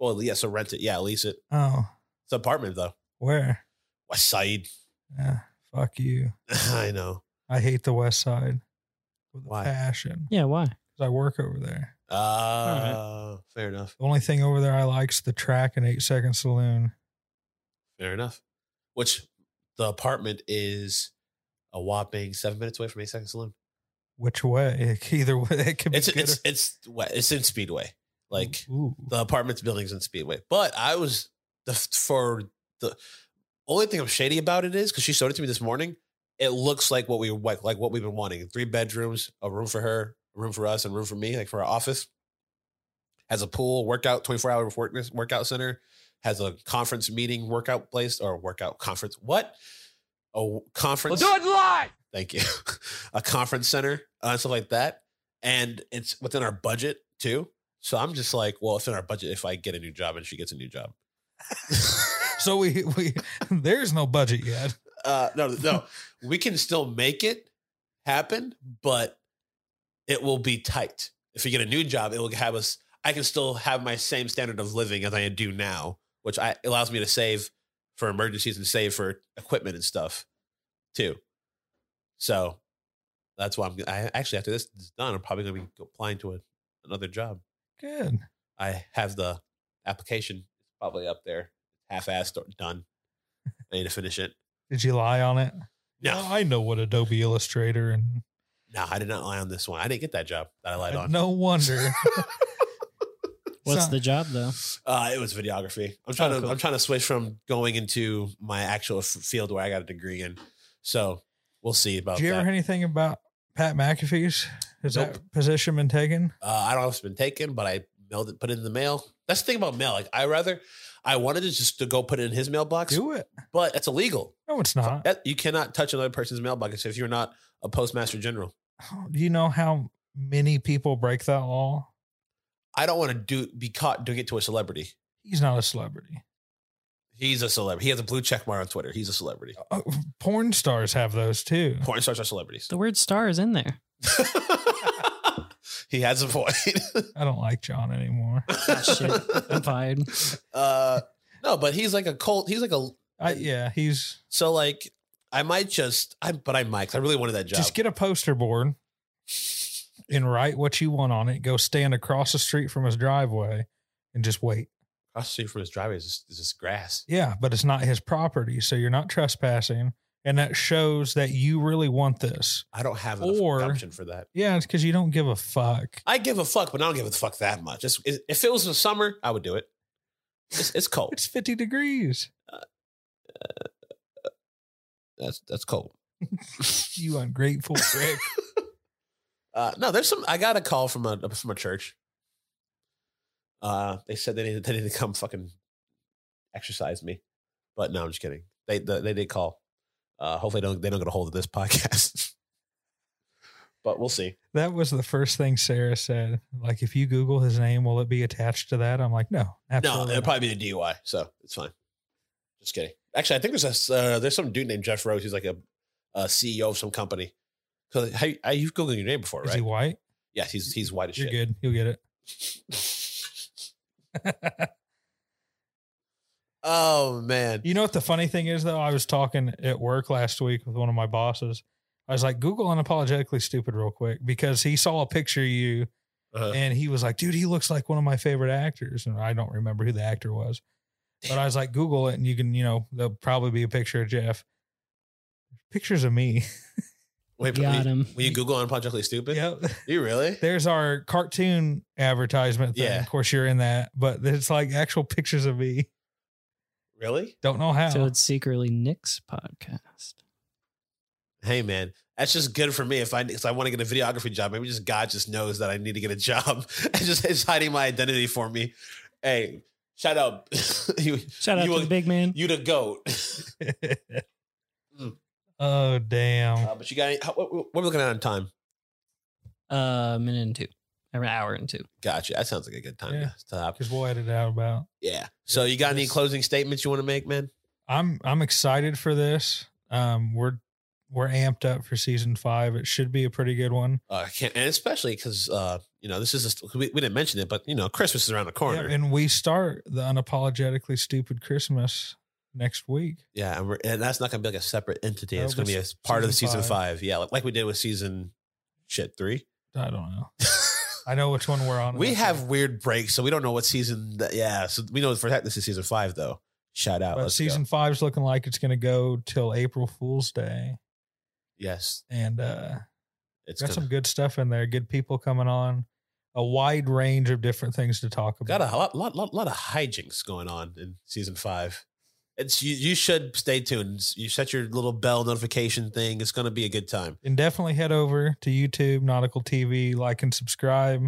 S1: Well, yeah, so rent it. Yeah, lease it.
S2: Oh,
S1: It's an apartment, though.
S2: where?
S1: West Side.
S2: Yeah, fuck you.
S1: <laughs> I know.
S2: I hate the West Side with
S1: Why?
S2: a passion
S3: Yeah, why?
S2: 'cause I work over there.
S1: Uh, Fair enough.
S2: The only thing over there I like is the track and Eight Second Saloon.
S1: Fair enough. Which the apartment is a whopping seven minutes away from Eight Second Saloon.
S2: Which way? <laughs> Either way, it could be
S1: It's
S2: good
S1: it's
S2: or-
S1: it's wet. It's in Speedway. Like
S2: Ooh.
S1: the apartment's building's in Speedway. But I was the for the only thing I'm shady about it is because she showed it to me this morning. It looks like what we like, like what we've been wanting: three bedrooms, a room for her, a room for us, and a room for me, like for our office. Has a pool, workout, twenty four hour work, workout center. Has a conference meeting workout place or workout conference. What? A conference. Thank you. <laughs> a conference center uh, and stuff like that. And it's within our budget too. So I'm just like, well, it's in our budget if I get a new job and she gets a new job.
S2: <laughs> So we we there's no budget yet.
S1: uh, no, no, we can still make it happen, but it will be tight. If we get a new job, it will have us. I can still have my same standard of living as I do now, which I allows me to save for emergencies and save for equipment and stuff too. So that's why I'm. I actually after this is done, I'm probably going to be applying to a, another job.
S2: Good.
S1: I have the application probably up there, half-assed or done. I need to finish it.
S2: Did you lie on it?
S1: No.
S2: Well, I know what Adobe Illustrator and
S1: No, I did not lie on this one. I didn't get that job that I lied on. <laughs>
S2: no wonder. <laughs>
S3: What's
S2: So-
S3: the job though?
S1: Uh, it was videography. I'm trying
S3: Oh,
S1: to
S3: cool.
S1: I'm trying to switch from going into my actual f- field where I got a degree in. So we'll see about
S2: Do you ever
S1: that.
S2: hear anything about Pat McAfee's? Has that position been taken?
S1: uh, I don't know if it's been taken, but I mailed it, put it in the mail. That's the thing about mail. Like I rather I wanted to just to go put it in his mailbox,
S2: Do it. Uh-huh.
S1: but that's illegal.
S2: No, it's not.
S1: That- you cannot touch another person's mailbox if you're not a postmaster general.
S2: Do you know how many people break that law?
S1: I don't want to do be caught doing it to a celebrity.
S2: He's not a celebrity.
S1: He's a celebrity. He has a blue check mark on Twitter. He's a celebrity.
S2: Uh, porn stars have those too.
S1: Porn stars are celebrities.
S3: The word star is
S1: <laughs>
S3: in there.
S1: he has a point.
S2: I don't like John anymore.
S3: shit. I'm fired.
S1: <laughs> uh, no, but he's like a cult. He's like a <laughs>
S2: I, yeah, he's
S1: so like I might just I but I might. 'cause I really wanted that job.
S2: just get a poster board and write what you want on it. Go stand across the street from his driveway and just wait.
S1: across the street from his driveway is just, is just grass.
S2: Yeah, but it's not his property, so you're not trespassing, and that shows that you really want this.
S1: I don't have enough
S2: Or-
S1: gumption for that.
S2: Yeah, it's because you don't give a fuck.
S1: I give a fuck, but I don't give a fuck that much. It's, it, if it was the summer, I would do it. It's, it's cold. <laughs>
S2: It's 50 degrees.
S1: that's that's cold.
S2: You ungrateful prick.
S1: Uh, no, there's some. I got a call from a from a church. Uh, they said they needed they needed to come fucking exercise me, but no, I'm just kidding. <laughs> They they, they did call. Uh, hopefully, they don't they don't get a hold of this podcast. but we'll see.
S2: That was the first thing Sarah said. Like, if you Google his name, will it be attached to that? I'm like, no,
S1: No,
S2: absolutely.
S1: it'll
S2: No,
S1: probably be the DUI, so it's fine. Just kidding. Actually, I think there's a uh, there's some dude named Jeff Rose. He's like a, a CEO of some company. Because how, how you've googled your name before,
S2: Is he
S1: right?
S2: white?
S1: yes, he's he's white as
S2: You're
S1: shit.
S2: good. You'll get it.
S1: Oh man,
S2: You know what the funny thing is though? I was talking at work last week with one of my bosses. I was like, Google unapologetically stupid real quick because he saw a picture of you
S1: Uh-huh.
S2: and he was like, dude, he looks like one of my favorite actors. And I don't remember who the actor was. But I was like, Google it and you can, you know, there'll probably be a picture of Jeff. Pictures
S1: <laughs>
S2: of me. <laughs>
S1: wait, but
S3: Got
S1: will, you,
S3: him.
S1: will you Google unapologetically stupid?
S2: yep.
S1: You
S2: <laughs>
S1: really?
S2: There's our cartoon advertisement thing.
S1: Yeah.
S2: Of course you're in that, but it's like actual pictures of me.
S1: Really?
S2: Don't know how.
S3: So it's secretly Nick's podcast.
S1: Hey man, that's just good for me. If I because I want to get a videography job, maybe just God just knows that I need to get a job <laughs> and just is hiding my identity for me. Hey, shut up. <laughs> you
S3: Shout out
S1: You
S3: to
S1: will-
S3: the big man.
S1: you the goat. <laughs>
S2: oh damn.
S1: Uh, but you got any, how, what, what are we looking at on time?
S3: Uh, minute and two, or an hour and two.
S1: Gotcha. That sounds like a good time
S2: Yeah.
S1: to stop.
S2: Because we'll edit out about.
S1: Yeah. So you got any closing statements you want to make, man?
S2: I'm I'm excited for this. Um, we're we're amped up for season five. It should be a pretty good one.
S1: Uh, I can't, and especially because uh, you know this is just, we, we didn't mention it, but you know Christmas is around the
S2: Yeah,
S1: corner. Yeah, and,
S2: and we start the unapologetically stupid Christmas next week.
S1: we're, and that's not going to be like a separate entity.
S2: That'll
S1: it's going to
S2: be
S1: be a part of season
S2: season five.
S1: five. Yeah, like, like we did with season shit three.
S2: I don't know. I know which one we're on.
S1: we have weird breaks, so we don't know what season. That, yeah, so we know for that this is season five though. Shout out.
S2: but
S1: Let's go.
S2: season five's looking like it's going to go till April Fool's Day,
S1: Yes,
S2: and uh,
S1: it's
S2: got
S1: gonna-
S2: some good stuff in there. Good people coming on. A wide range of different things to talk about.
S1: Got a lot, lot, lot, lot of hijinks going on in season five. It's you, you should stay tuned. You set your little bell notification thing. It's going to be a good time.
S2: and definitely head over to YouTube, Nautical TV, like and subscribe.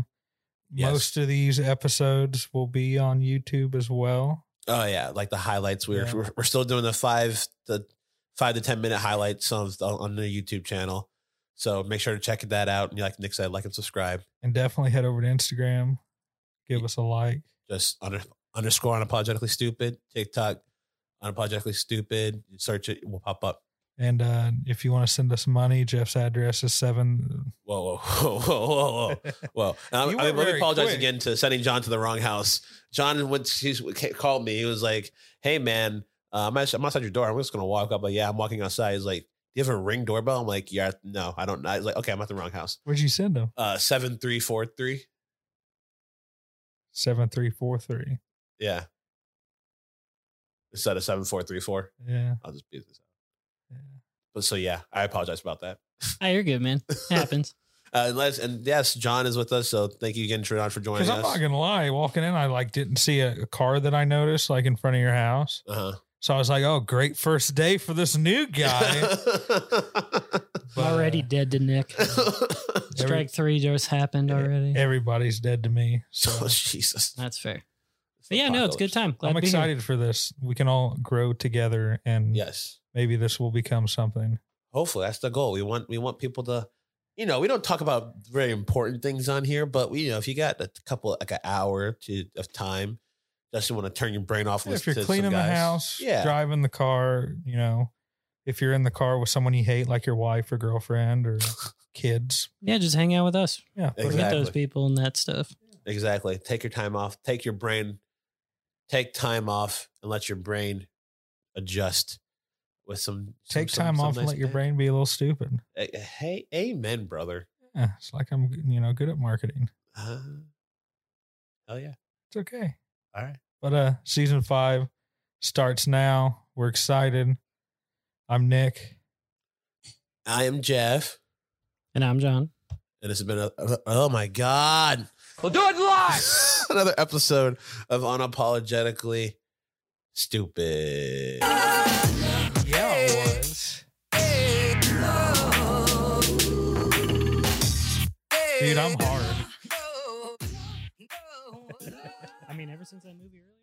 S1: Yes.
S2: Most of these episodes will be on YouTube as well.
S1: Oh yeah, like the highlights. We're
S2: Yeah.
S1: we're, we're still doing the five the five to ten minute highlights on on the YouTube channel. So make sure to check that out. And like Nick said, like and subscribe.
S2: And definitely head over to Instagram, give us a like.
S1: Just under, underscore unapologetically stupid TikTok unapologetically stupid. Search it, it will pop up.
S2: And uh, if you want to send us money, Jeff's address is seven.
S1: Whoa, whoa, whoa, whoa, whoa, whoa. Well, and
S2: You
S1: I, I mean,
S2: went
S1: let
S2: very
S1: me apologize
S2: quick.
S1: again to sending John to the wrong house. John went, he called me. He was like, "Hey, man, uh, I'm, outs- I'm outside your door. I'm just gonna walk up." Like, yeah, I'm walking outside. He's like, "Do you have a ring doorbell?" I'm like, "Yeah, no, I don't." know." He's like, "Okay, I'm at the wrong house."
S2: <laughs> Where'd you send them?
S1: Uh, seven three four three.
S2: Seven three four three.
S1: Yeah. Instead of seven four three four,
S2: Yeah.
S1: I'll just beat this out.
S2: yeah.
S1: But so yeah, I apologize about that.
S3: Ah, you're good, man.
S1: <laughs>
S3: happens.
S1: Uh, unless and yes, John is with us, so thank you again, John, for joining
S2: Because
S1: us.
S2: I'm not gonna lie, walking in, I like didn't see a, a car that I noticed like in front of your house.
S1: uh-huh.
S2: So I was like, "Oh, great first day for this
S1: <laughs>
S2: new guy."
S1: Uh-huh.
S2: But, uh,
S3: already dead to Nick.
S1: <laughs>
S2: <laughs>
S3: Strike three just happened
S2: e-,
S3: already.
S2: everybody's dead to me.
S1: <laughs> Oh,
S2: So
S1: Jesus.
S3: That's fair. But yeah, no, it's a good time. Glad
S2: I'm
S3: to be here.
S2: excited for this. We can all grow together, and
S1: Yes.
S2: maybe this will become something.
S1: Hopefully that's the goal. We want we want people to you know, we don't talk about very important things on here, but we, you know, if you got a couple like an hour to of time, just want to turn your brain off. and
S2: if
S1: listen
S2: you're
S1: to some
S2: cleaning the
S1: guys.
S2: house,
S1: yeah,
S2: driving the car, you know, if you're in the car with someone you hate, like your wife or
S1: <laughs>
S2: girlfriend or kids,
S3: Yeah, just hang out with us.
S2: yeah, put it-
S1: Exactly.
S3: Meet those people and that stuff.
S1: exactly. Take your time off. Take your brain. Take time off and let your brain adjust with some. some-
S2: take
S1: some-
S2: time
S1: some
S2: off and
S1: nice
S2: let your
S1: band.
S2: brain be a little stupid.
S1: Eh, Hey, amen, brother.
S2: Yeah, it's like I'm, you know, good at marketing.
S1: Uh, hell yeah.
S2: It's okay.
S1: All right.
S2: But uh, season five starts now. We're excited. I'm Nick.
S1: I am Jeff.
S3: And I'm John.
S1: And this has been a, oh my god,
S4: We'll do it live.
S1: <laughs> another episode of unapologetically stupid.
S2: Yeah, it was. Dude, I'm hard.
S3: I mean, ever since that movie earlier.